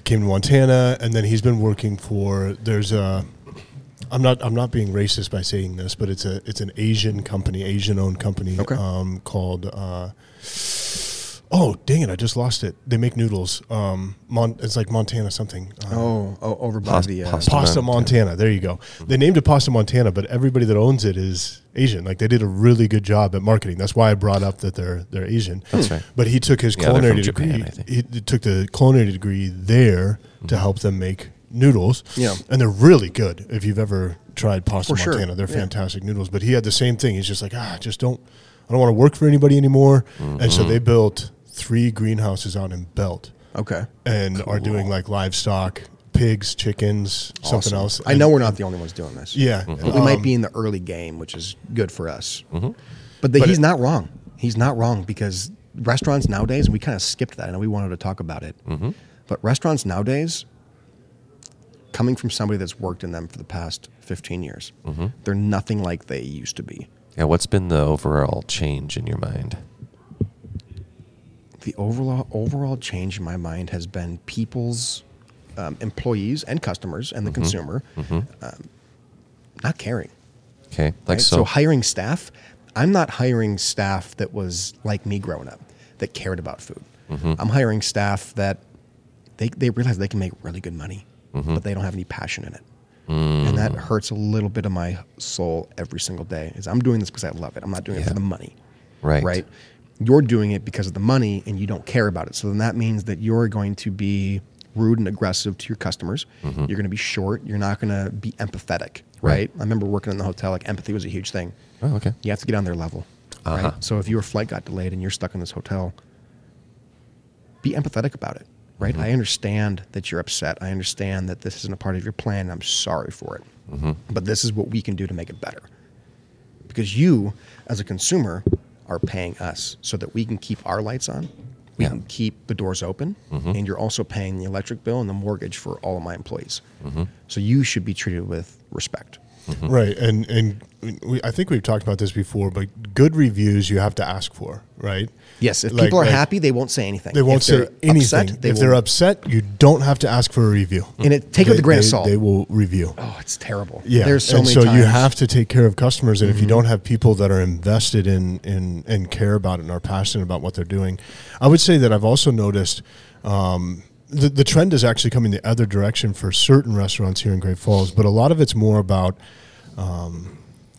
came to Montana, and then he's been working for there's a. I'm not. I'm not being racist by saying this, but it's a. It's an Asian company, Asian-owned company, Okay. um, called uh, Oh dang it! I just lost it. They make noodles. Um, Mon- it's like Montana something. Uh, Oh, oh over by Pos- the uh, pos- Pasta Montana. Montana. There you go. They named it Pasta Montana, but everybody that owns it is Asian. Like they did a really good job at marketing. That's why I brought up that they're they're Asian. That's right. But he took his Yeah, they're culinary from degree. Japan, I think. he d- took the culinary degree there to help them make noodles. Yeah. and they're really good. If you've ever tried Pasta For sure. Montana, they're Yeah. fantastic noodles. But he had the same thing. He's just like, ah, I just don't. I don't want to work for anybody anymore. And Mm-hmm. so they built three greenhouses out in Belt okay. and are doing like livestock pigs, chickens, something Awesome. else. I know we're not the only ones doing this. Yeah. Um, We might be in the early game, which is good for us. But, the, Mm-hmm. But he's it- not wrong. He's not wrong because restaurants nowadays, we kind of skipped that. I know we wanted to talk about it. Mm-hmm. But restaurants nowadays, coming from somebody that's worked in them for the past 15 years, Mm-hmm. they're nothing like they used to be. Yeah, what's been the overall change in your mind? The overall, overall change in my mind has been people's um, employees and customers and the Mm-hmm. consumer um, not caring. Okay, like right? so. so. hiring staff, I'm not hiring staff that was like me growing up that cared about food. Mm-hmm. I'm hiring staff that they, they realize they can make really good money, Mm-hmm. but they don't have any passion in it. Mm. And that hurts a little bit of my soul every single day. Is I'm doing this because I love it. I'm not doing it for Yeah. the money. Right. Right. You're doing it because of the money and you don't care about it. So then that means that you're going to be rude and aggressive to your customers. You're going to be short. You're not going to be empathetic. Mm-hmm. Right. Right. I remember working in the hotel, like empathy was a huge thing. oh, okay. You have to get on their level. Uh-huh. Right. So if your flight got delayed and you're stuck in this hotel, be empathetic about it. Right. Mm-hmm. I understand that you're upset. I understand that this isn't a part of your plan. and I'm sorry for it. Mm-hmm. But this is what we can do to make it better because you as a consumer are paying us so that we can keep our lights on we Yeah. Mm-hmm. can keep the doors open and you're also paying the electric bill and the mortgage for all of my employees Mm-hmm. so you should be treated with respect Right, and and we, I think we've talked about this before, but good reviews you have to ask for, right? yes if Like- people are like, happy they won't say anything they won't If say they're anything. upset, they if will- they're upset, you don't have to ask for a review. And it- take it with a grain of they- salt. They will review. oh it's terrible Yeah, there's so and many so you times- Mm-hmm. have to take care of customers, and if you don't have people that are invested in in and care about it and are passionate about what they're doing, I would say that I've also noticed um, the the trend is actually coming the other direction for certain restaurants here in Great Falls, but a lot of it's more about um,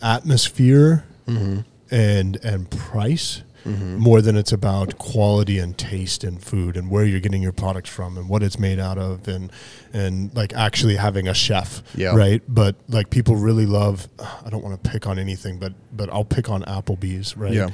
atmosphere Mm-hmm. and and price more than it's about quality and taste in food and where you're getting your products from and what it's made out of and and like actually having a chef Yeah. right but like people really love I don't want to pick on anything but but I'll pick on Applebee's right yeah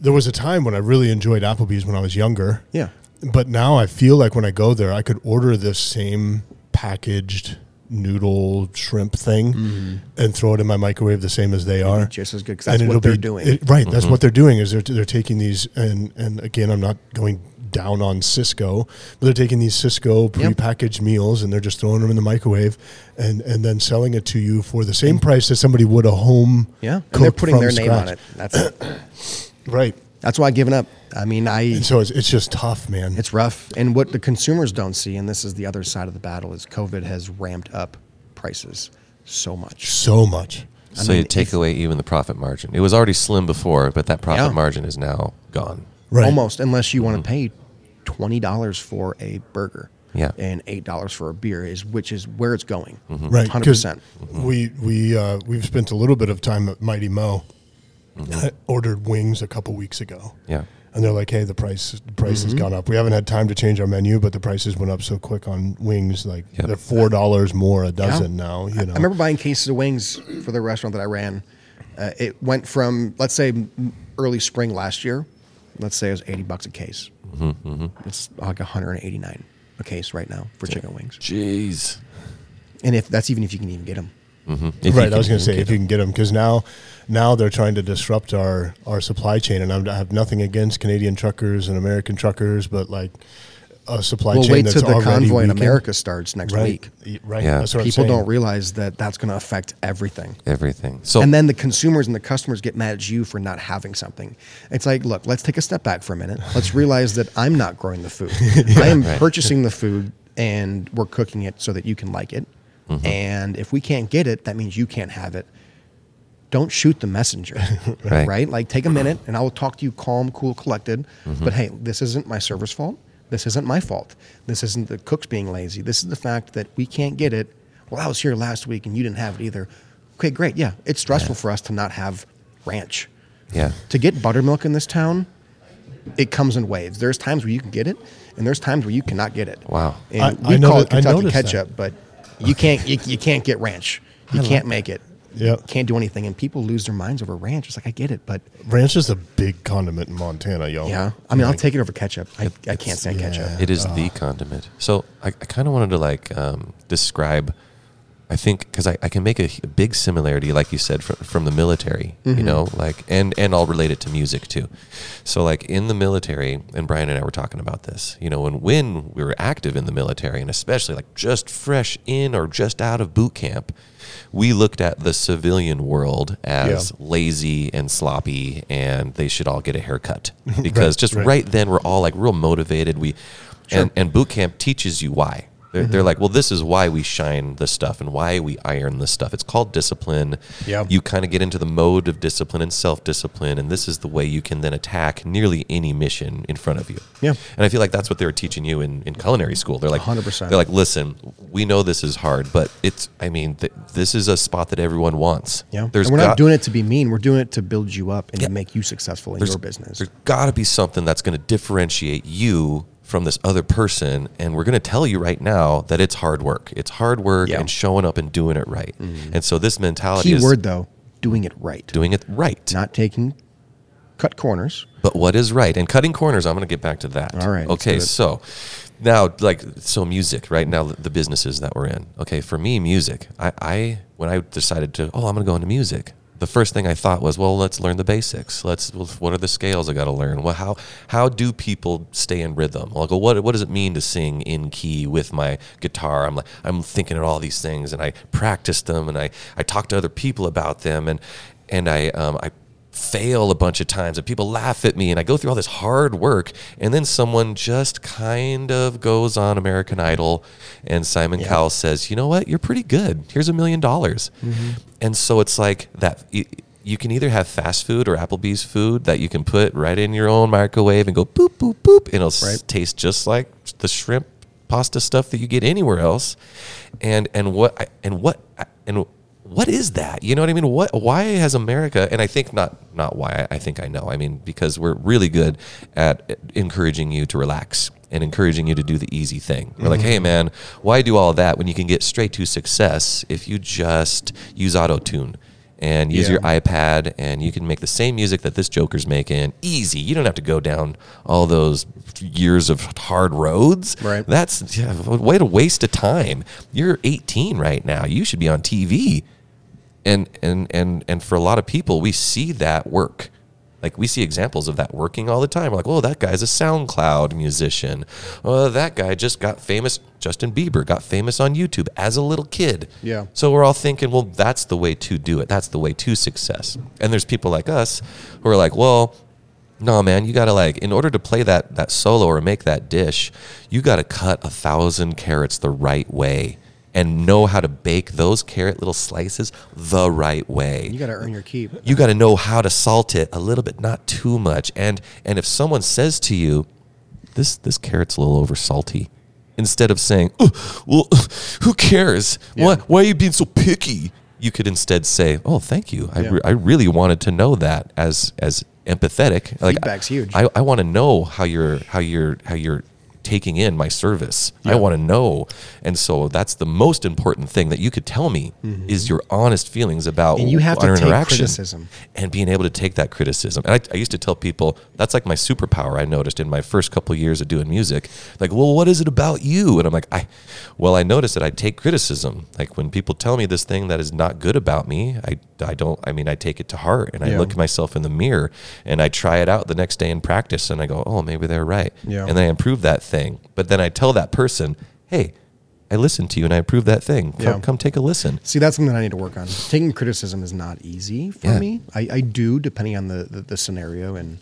there was a time when I really enjoyed Applebee's when I was younger yeah but now I feel like when I go there, I could order this same packaged noodle shrimp thing and throw it in my microwave the same as they are. Mm-hmm. just as good, 'cause And that's what it'll they're be- doing. it- right, that's what they're doing is they're, they're taking these and and again, I'm not going down on Cisco, but they're taking these Cisco prepackaged meals and they're just throwing them in the microwave and and then selling it to you for the same price that somebody would a home yeah and they're cooked putting from their name on scratch. it that's it Right. that's why i've given up i mean i And so it's, it's just tough, man. It's rough. And what the consumers don't see, and this is the other side of the battle, is COVID has ramped up prices so much. so much. so you take away even the profit margin. It was already slim before, but that profit Yeah. margin is now gone. Right. Almost, unless you want to pay twenty dollars for a burger. Yeah. And eight dollars for a beer is which is where it's going. Mm-hmm. right? Hundred 'cause percent. We we uh, we've spent a little bit of time at Mighty Mo. I ordered wings a couple weeks ago. Mm-hmm. Yeah. Mm-hmm. And they're like, "Hey, the price the price has gone up. We haven't had time to change our menu, but the prices went up so quick on wings. Like Yep. they're four dollars more a dozen now. You know, I remember buying cases of wings for the restaurant that I ran. Uh, it went from let's say m- early spring last year, let's say it was eighty bucks a case. Mm-hmm, It's like one hundred and eighty nine a case right now for chicken wings. Jeez. And if that's even if you can even get them. Mm-hmm. If you right? I was can going to say get if you can get them because now now they're trying to disrupt our our supply chain. And I'm, I have nothing against Canadian truckers and American truckers, but like a supply Well, chain wait that's till the already convoy in weakened- America starts next Right, week. y- right. Yeah. That's what I'm People saying. don't realize that that's going to affect everything. everything. So And then the consumers and the customers get mad at you for not having something. It's like, look, let's take a step back for a minute. Let's realize that I'm not growing the food. I am Right. purchasing the food and we're cooking it so that you can like it. Mm-hmm. And if we can't get it, that means you can't have it. Don't shoot the messenger, Right. right. Like, take a minute and I will talk to you calm, cool, collected. But hey, this isn't my server's fault. This isn't my fault. This isn't the cook's being lazy. This is the fact that we can't get it. Well, I was here last week and you didn't have it either. Okay, great. Yeah, it's stressful for us to not have ranch. yeah. To get buttermilk in this town, it comes in waves. There's times where you can get it, and there's times where you cannot get it. Wow. And I- we I call noti- it I Kentucky noticed that. ketchup, but you can't you, you can't get ranch. You can't make it. Yeah. Can't do anything, and people lose their minds over ranch. It's like I get it, but Ranch is a big condiment in Montana, y'all. yeah, I mean, I'll take it over ketchup. I, I can't Oh, it's- stand yeah. Oh. ketchup. It is the condiment. So I, I kind of wanted to like um, describe. I think because I, I can make a, h- big similarity, like you said, from, from the military. You Mm-hmm. know, like and and I'll relate it to music too. So like in the military, and Brian and I were talking about this. You know, when when we were active in the military, and especially like just fresh in or just out of boot camp, we looked at the civilian world as lazy and sloppy, and they should all get a haircut because just right. right then we're all like real motivated. We and, and boot camp teaches you why. They're, they're Mm-hmm. like, well, this is why we shine the stuff and why we iron the stuff. It's called discipline. Yeah. You kind of get into the mode of discipline and self discipline, and this is the way you can then attack nearly any mission in front of you. Yeah. And I feel like that's what they were teaching you in, in culinary school. They're like, 100%. They're like, listen, we know this is hard, but it's, I mean, th- this is a spot that everyone wants. Yeah, There's and we're got- not doing it to be mean. We're doing it to build you up and Yeah. to make you successful in your business. There's got to be something that's going to differentiate you from this other person. And we're going to tell you right now that it's hard work. It's hard work Yeah. Mm-hmm. and showing up and doing it right. And so this mentality Key is word though, doing it right, doing it right. not taking cut corners. But what is right? And cutting corners, I'm going to get back to that. All right, let's Okay. do it. So now, like, so music, right? Now, the businesses that we're in. Okay. For me, music, I, I when I decided to, oh, I'm going to go into music, the first thing I thought was, well, let's learn the basics. Let's, well, what are the scales I got to learn? Well, how, how do people stay in rhythm? I'll go, what, what does it mean to sing in key with my guitar? I'm like, I'm thinking of all these things and I practice them and I, I talk to other people about them and, and I, um, I, fail a bunch of times and people laugh at me and I go through all this hard work and then someone just kind of goes on American Idol and Simon Cowell says, "You know what? You're pretty good. Here's a million dollars." And so it's like that y- you can either have fast food or Applebee's food that you can put right in your own microwave and go boop boop boop and it'll s- Right. taste just like the shrimp pasta stuff that you get anywhere else. And and what I- and what I- and what is that? You know what I mean? What? Why has America? And I think not not why. I think I know. I mean because we're really good at encouraging you to relax and encouraging you to do the easy thing. We're like, hey man, why do all that when you can get straight to success if you just use auto tune and use Yeah. your iPad and you can make the same music that this Joker's making easy. You don't have to go down all those years of hard roads. Right. That's yeah, way to waste of time. You're 18 right now. You should be on TV. And and and and for a lot of people, we see that work. Like we see examples of that working all the time. We're like, oh, that guy's a SoundCloud musician. Oh, that guy just got famous. Justin Bieber got famous on YouTube as a little kid. Yeah. So we're all thinking, well, that's the way to do it. That's the way to success. And there's people like us who are like, well, no, man, you gotta like in order to play that that solo or make that dish, you gotta cut a thousand carrots the right way and know how to bake those carrot little slices the right way You got to earn your keep. you got to know how to salt it a little bit, not too much. And and if someone says to you, "This this carrot's a little over salty," instead of saying, "Ugh, "Well, who cares? Why why are you being so picky?" You could instead say, "Oh, thank you. I, Yeah. re- I really wanted to know that as as empathetic. Like, Feedback's huge. I, I want to know how you're how you're how you're taking in my service. I want to know. And so that's the most important thing that you could tell me Mm-hmm. is your honest feelings about And you have to our take interaction criticism. and being able to take that criticism. And I, I used to tell people that's like my superpower. I noticed in my first couple years of doing music, like, well, what is it about you? And I'm like, I, well, I noticed that I take criticism. Like when people tell me this thing that is not good about me, I, I don't. I mean, I take it to heart, and I Yeah. look at myself in the mirror, and I try it out the next day in practice, and I go, oh, maybe they're right, Yeah. and then I improve that thing. But then I tell that person, hey. I listened to you and I approved that thing. Come, Yeah. come take a listen. See, that's something that I need to work on. Taking criticism is not easy for Yeah. me. I, I do, depending on the, the, the scenario and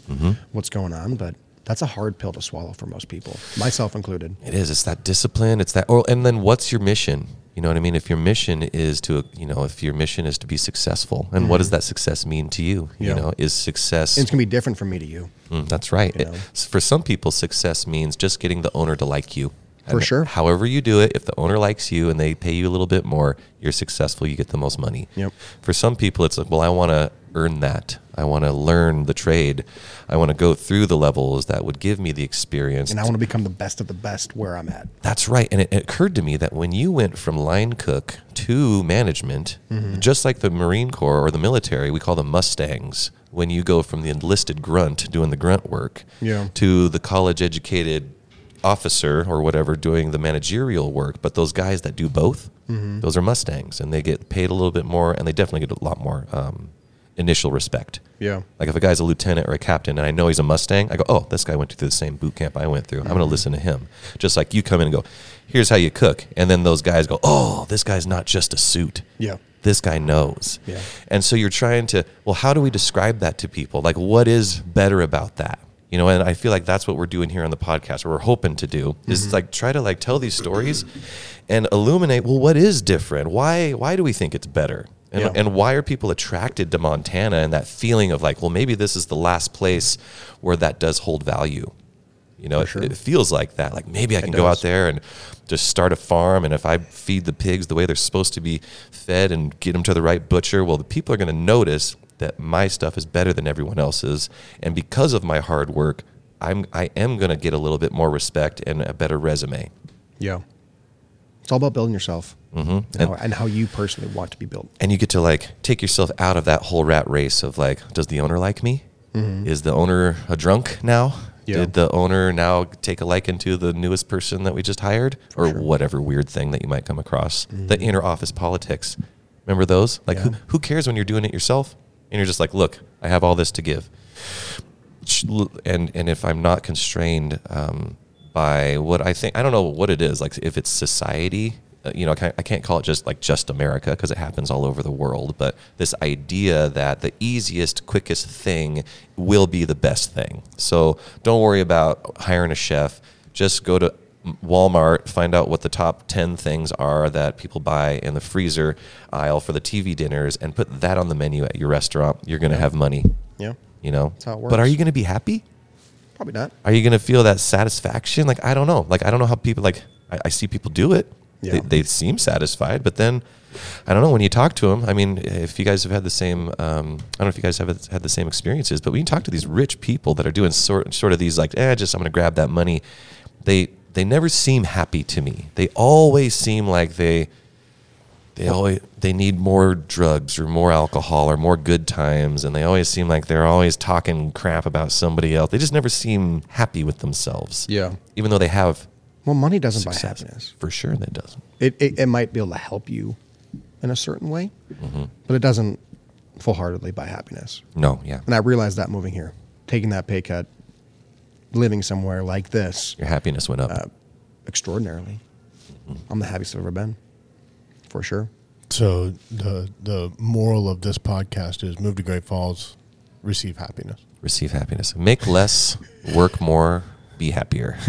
what's going on, but that's a hard pill to swallow for most people, myself included. It is. It's that discipline. It's that. Or and then what's your mission? You know what I mean. If your mission is to, you know, if your mission is to be successful, and what does that success mean to you? You Mm-hmm. Yeah. know, is success? And it's going to be different from me to you. Mm, that's right. You know. It- for some people, success means just getting the owner to like you. For sure. However you do it, if the owner likes you and they pay you a little bit more, you're successful. You get the most money. Yep. For some people, it's like, well, I want to earn that. I want to learn the trade. I want to go through the levels that would give me the experience. and I want to become the best of the best where I'm at. That's right. And it, it occurred to me that when you went from line cook to management, just like the Marine Corps or the military, we call them Mustangs. When you go from the enlisted grunt doing the grunt work Yeah. to the college educated officer or whatever doing the managerial work, but those guys that do both, those are Mustangs and they get paid a little bit more and they definitely get a lot more um, initial respect. Yeah. Like if a guy's a lieutenant or a captain and I know he's a Mustang, I go, oh, this guy went through the same boot camp I went through. I'm going to listen to him. Just like you come in and go, here's how you cook. And then those guys go, oh, this guy's not just a suit. Yeah. This guy knows. Yeah. And so you're trying to, well, how do we describe that to people? Like, what is better about that? You know, and I feel like that's what we're doing here on the podcast, or we're hoping to do, Mm-hmm. is like try to like tell these stories and illuminate. Well, what is different? Why? Why do we think it's better? And, Yeah. and why are people attracted to Montana and that feeling of like, well, maybe this is the last place where that does hold value. You know, it, sure. it feels like that. Like maybe I can go out does. there and just start a farm, and if I feed the pigs the way they're supposed to be fed and get them to the right butcher, well, the people are going to notice that my stuff is better than everyone else's, and because of my hard work, I'm I am going to get a little bit more respect and a better resume. Yeah. It's all about building yourself mm-hmm. and, how, and how you personally want to be built. and you get to like take yourself out of that whole rat race of like, does the owner like me? Is the owner a drunk now? Mm-hmm. Yeah. Did the owner now take a liking to the newest person that we just hired, or whatever weird thing that you might come across? The inner office politics. Remember those? Like, who, Mm-hmm. Yeah. who cares when you're doing it yourself? And you're just like, look, I have all this to give ch- l- and and if I'm not constrained um, by what I think, I don't know what it is. Like if it's society, uh, you know, I can't, I can't call it just like just America because it happens all over the world. But this idea that the easiest, quickest thing will be the best thing. So don't worry about hiring a chef. Just go to Walmart, find out what the top 10 things are that people buy in the freezer aisle for the TV dinners and put that on the menu at your restaurant. You're going to have money Yeah. you know That's how it but are works. you going to be happy Probably not. are you going to feel that satisfaction like i don't know like i don't know how people like i, I see people do it Yeah. they, they seem satisfied but then i don't know when you talk to them i mean if you guys have had the same um, i don't know if you guys have had the same experiences but when you talk to these rich people that are doing sort, sort of these like eh just i'm going to grab that money they they never seem happy to me they always seem like they they always they need more drugs or more alcohol or more good times and they always seem like they're always talking crap about somebody else they just never seem happy with themselves Yeah. even though they have Well, money doesn't buy success happiness. for sure that doesn't It, it, it might be able to help you in a certain way, but it doesn't full heartedly buy happiness. no yeah And I realized that moving here, taking that pay cut, living somewhere like this uh, your happiness went up extraordinarily. Mm-hmm. I'm the happiest I've ever been, for sure. So the the moral of this podcast is move to Great Falls, receive happiness. receive happiness make less work more be happier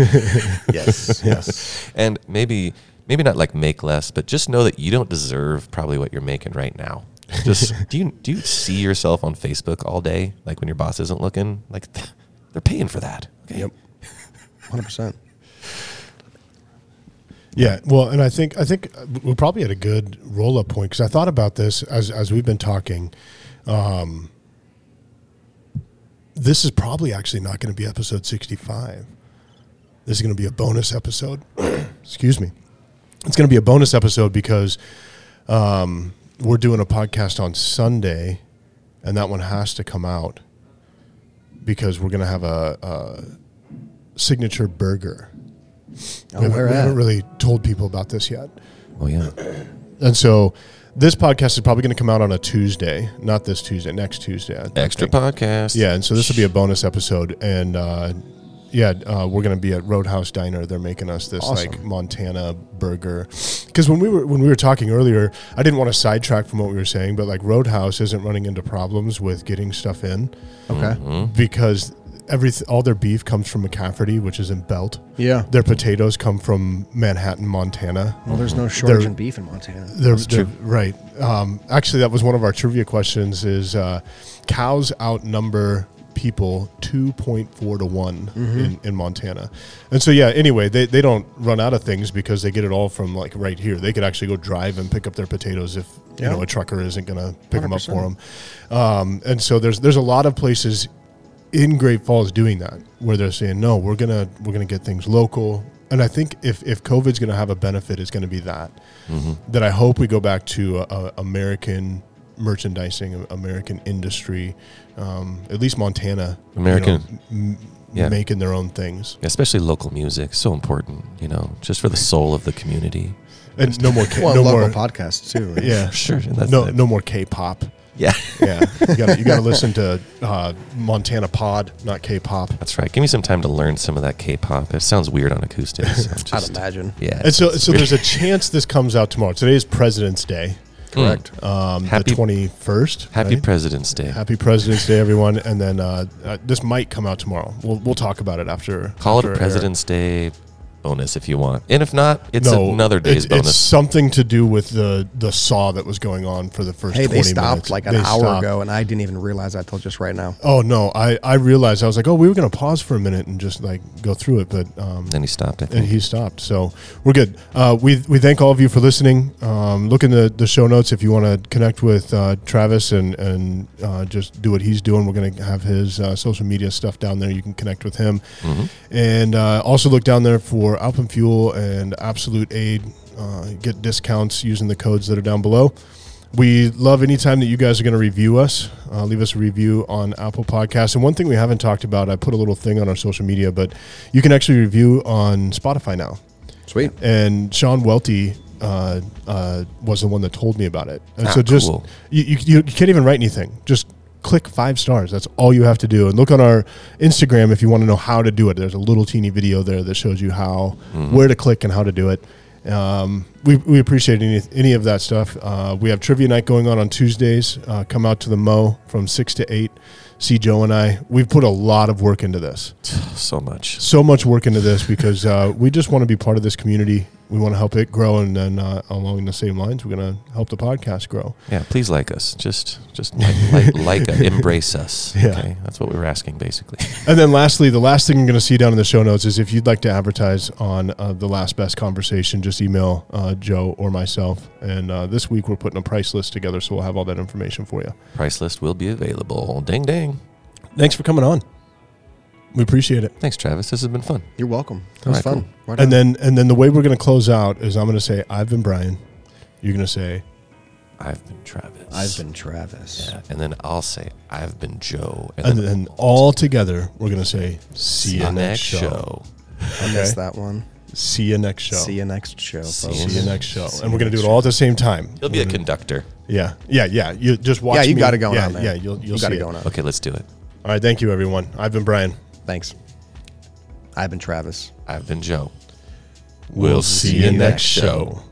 Yes, yes. and maybe maybe not like make less, but just know that you don't deserve probably what you're making right now. Just do you do you see yourself on Facebook all day, like when your boss isn't looking? Like they're paying for that. Okay. Yep. 100%. Yeah, well, and I think I think we're probably at a good roll up point because I thought about this as as we've been talking. Um, this is probably actually not going to be episode sixty five. This is going to be a bonus episode. Excuse me. It's going to be a bonus episode because um, we're doing a podcast on Sunday, and that one has to come out because we're going to have a, a signature burger Oh, we haven't, where we haven't at? really told people about this yet. Oh yeah. And so this podcast is probably going to come out on a Tuesday, not this Tuesday, next Tuesday. I think. Extra podcast. Yeah, and so this will be a bonus episode. And uh, yeah, uh, we're going to be at Roadhouse Diner. They're making us this Awesome. like Montana burger. Because when we were when we were talking earlier, I didn't want to sidetrack from what we were saying, but like Roadhouse isn't running into problems with getting stuff in Okay. because every all their beef comes from McCafferty, which is in Belt. Yeah. Their potatoes come from Manhattan, Montana. Well, there's no shortage They're- in beef in Montana. They're, they're- right. Um, actually, that was one of our trivia questions: is uh, cows outnumber people 2.4 to one in, in Montana. And so, yeah, anyway, they, they don't run out of things because they get it all from like right here. They could actually go drive and pick up their potatoes if, Yeah. you know, a trucker isn't going to pick them up 100%. for them. Um, and so there's, there's a lot of places in Great Falls doing that where they're saying, no, we're going to, we're going to get things local. And I think if, if COVID's going to have a benefit, it's going to be that Mm-hmm. that I hope we go back to uh, uh, American merchandising, uh, American industry, um, at least Montana, you know, American- m- yeah. making their own things, Especially local music, so important, you know, just for the soul of the community. and no more, K- Well, no local more, podcasts too. yeah, Sure, that's no, it. no more K-pop. Yeah, Yeah, you gotta, you gotta listen to uh, Montana Pod, not K-pop. that's right. Give me some time to learn some of that K-pop. It sounds weird on acoustic. So just, I'd imagine. Yeah. And so, so there's a chance this comes out tomorrow. Today is President's Day, correct. um, Happy- the 21st. Happy right? President's Day. Happy President's Day, everyone! And then uh, uh, this might come out tomorrow. We'll we'll talk about it after. Call it after a air. President's Day bonus if you want, and if not, it's another it's- day's bonus. It's something to do with the the saw that was going on for the first. Hey, 20 they stopped minutes. like an They hour stopped. ago, and I didn't even realize that till just right now. Oh no, I I realized I was like, oh, we were gonna pause for a minute and just like go through it, but um, then he stopped. I and think. he stopped. So we're good. Uh, we we thank all of you for listening. Um, look in the, the show notes if you want to connect with uh, Travis and and uh, just do what he's doing. We're going to have his uh, social media stuff down there. You can connect with him, Mm-hmm. and uh, also look down there for Alpen Fuel and Absolute Aid. Uh, get discounts using the codes that are down below. We love anytime that you guys are going to review us. Uh, leave us a review on Apple Podcasts. And one thing we haven't talked about, I put a little thing on our social media, but you can actually review on Spotify now. Sweet. And Sean Welty uh, uh, was the one that told me about it. And Ah, so just, cool. you, you, you can't even write anything. Just click five stars. That's all you have to do. And look on our Instagram if you want to know how to do it. There's a little teeny video there that shows you how, Mm-hmm. where to click and how to do it. Um, we, we appreciate any, any of that stuff. Uh, we have trivia night going on on Tuesdays. Uh, come out to the Mo from six to eight. See Joe and I. We've put a lot of work into this so much. so much work into this because uh, we just want to be part of this community. We want to help it grow, and then uh, along the same lines, we're going to help the podcast grow. Yeah, please like us. Just, just like, like, like uh, embrace us. Yeah. Okay, that's what we were asking basically. And then, lastly, the last thing you're going to see down in the show notes is if you'd like to advertise on uh, the last best conversation, just email uh, Joe or myself. And uh, this week, we're putting a price list together, so we'll have all that information for you. Price list will be available. Ding, ding. Thanks for coming on. We appreciate it. Thanks, Travis. This has been fun. You're welcome. That All was right, fun. cool. Right on. And then, and then the way we're going to close out is I'm going to say, "I've been Brian." You're going to say, I've been Travis. I've been Travis. Yeah, and then I'll say I've been Joe. and then all together, we're going to say, "See you the next show. I missed that one. See you next show. See you next show, See folks. you See you next show. and we're gonna do it all at the same time. He'll be a conductor. Yeah, yeah, yeah. You just watch. Yeah, you me. got it going yeah, on there. Yeah, you'll you'll you see got it. it going on. Okay, let's do it. All right, thank you, everyone. I've been Brian. Thanks. I've been Travis. I've been Joe. We'll see you next show.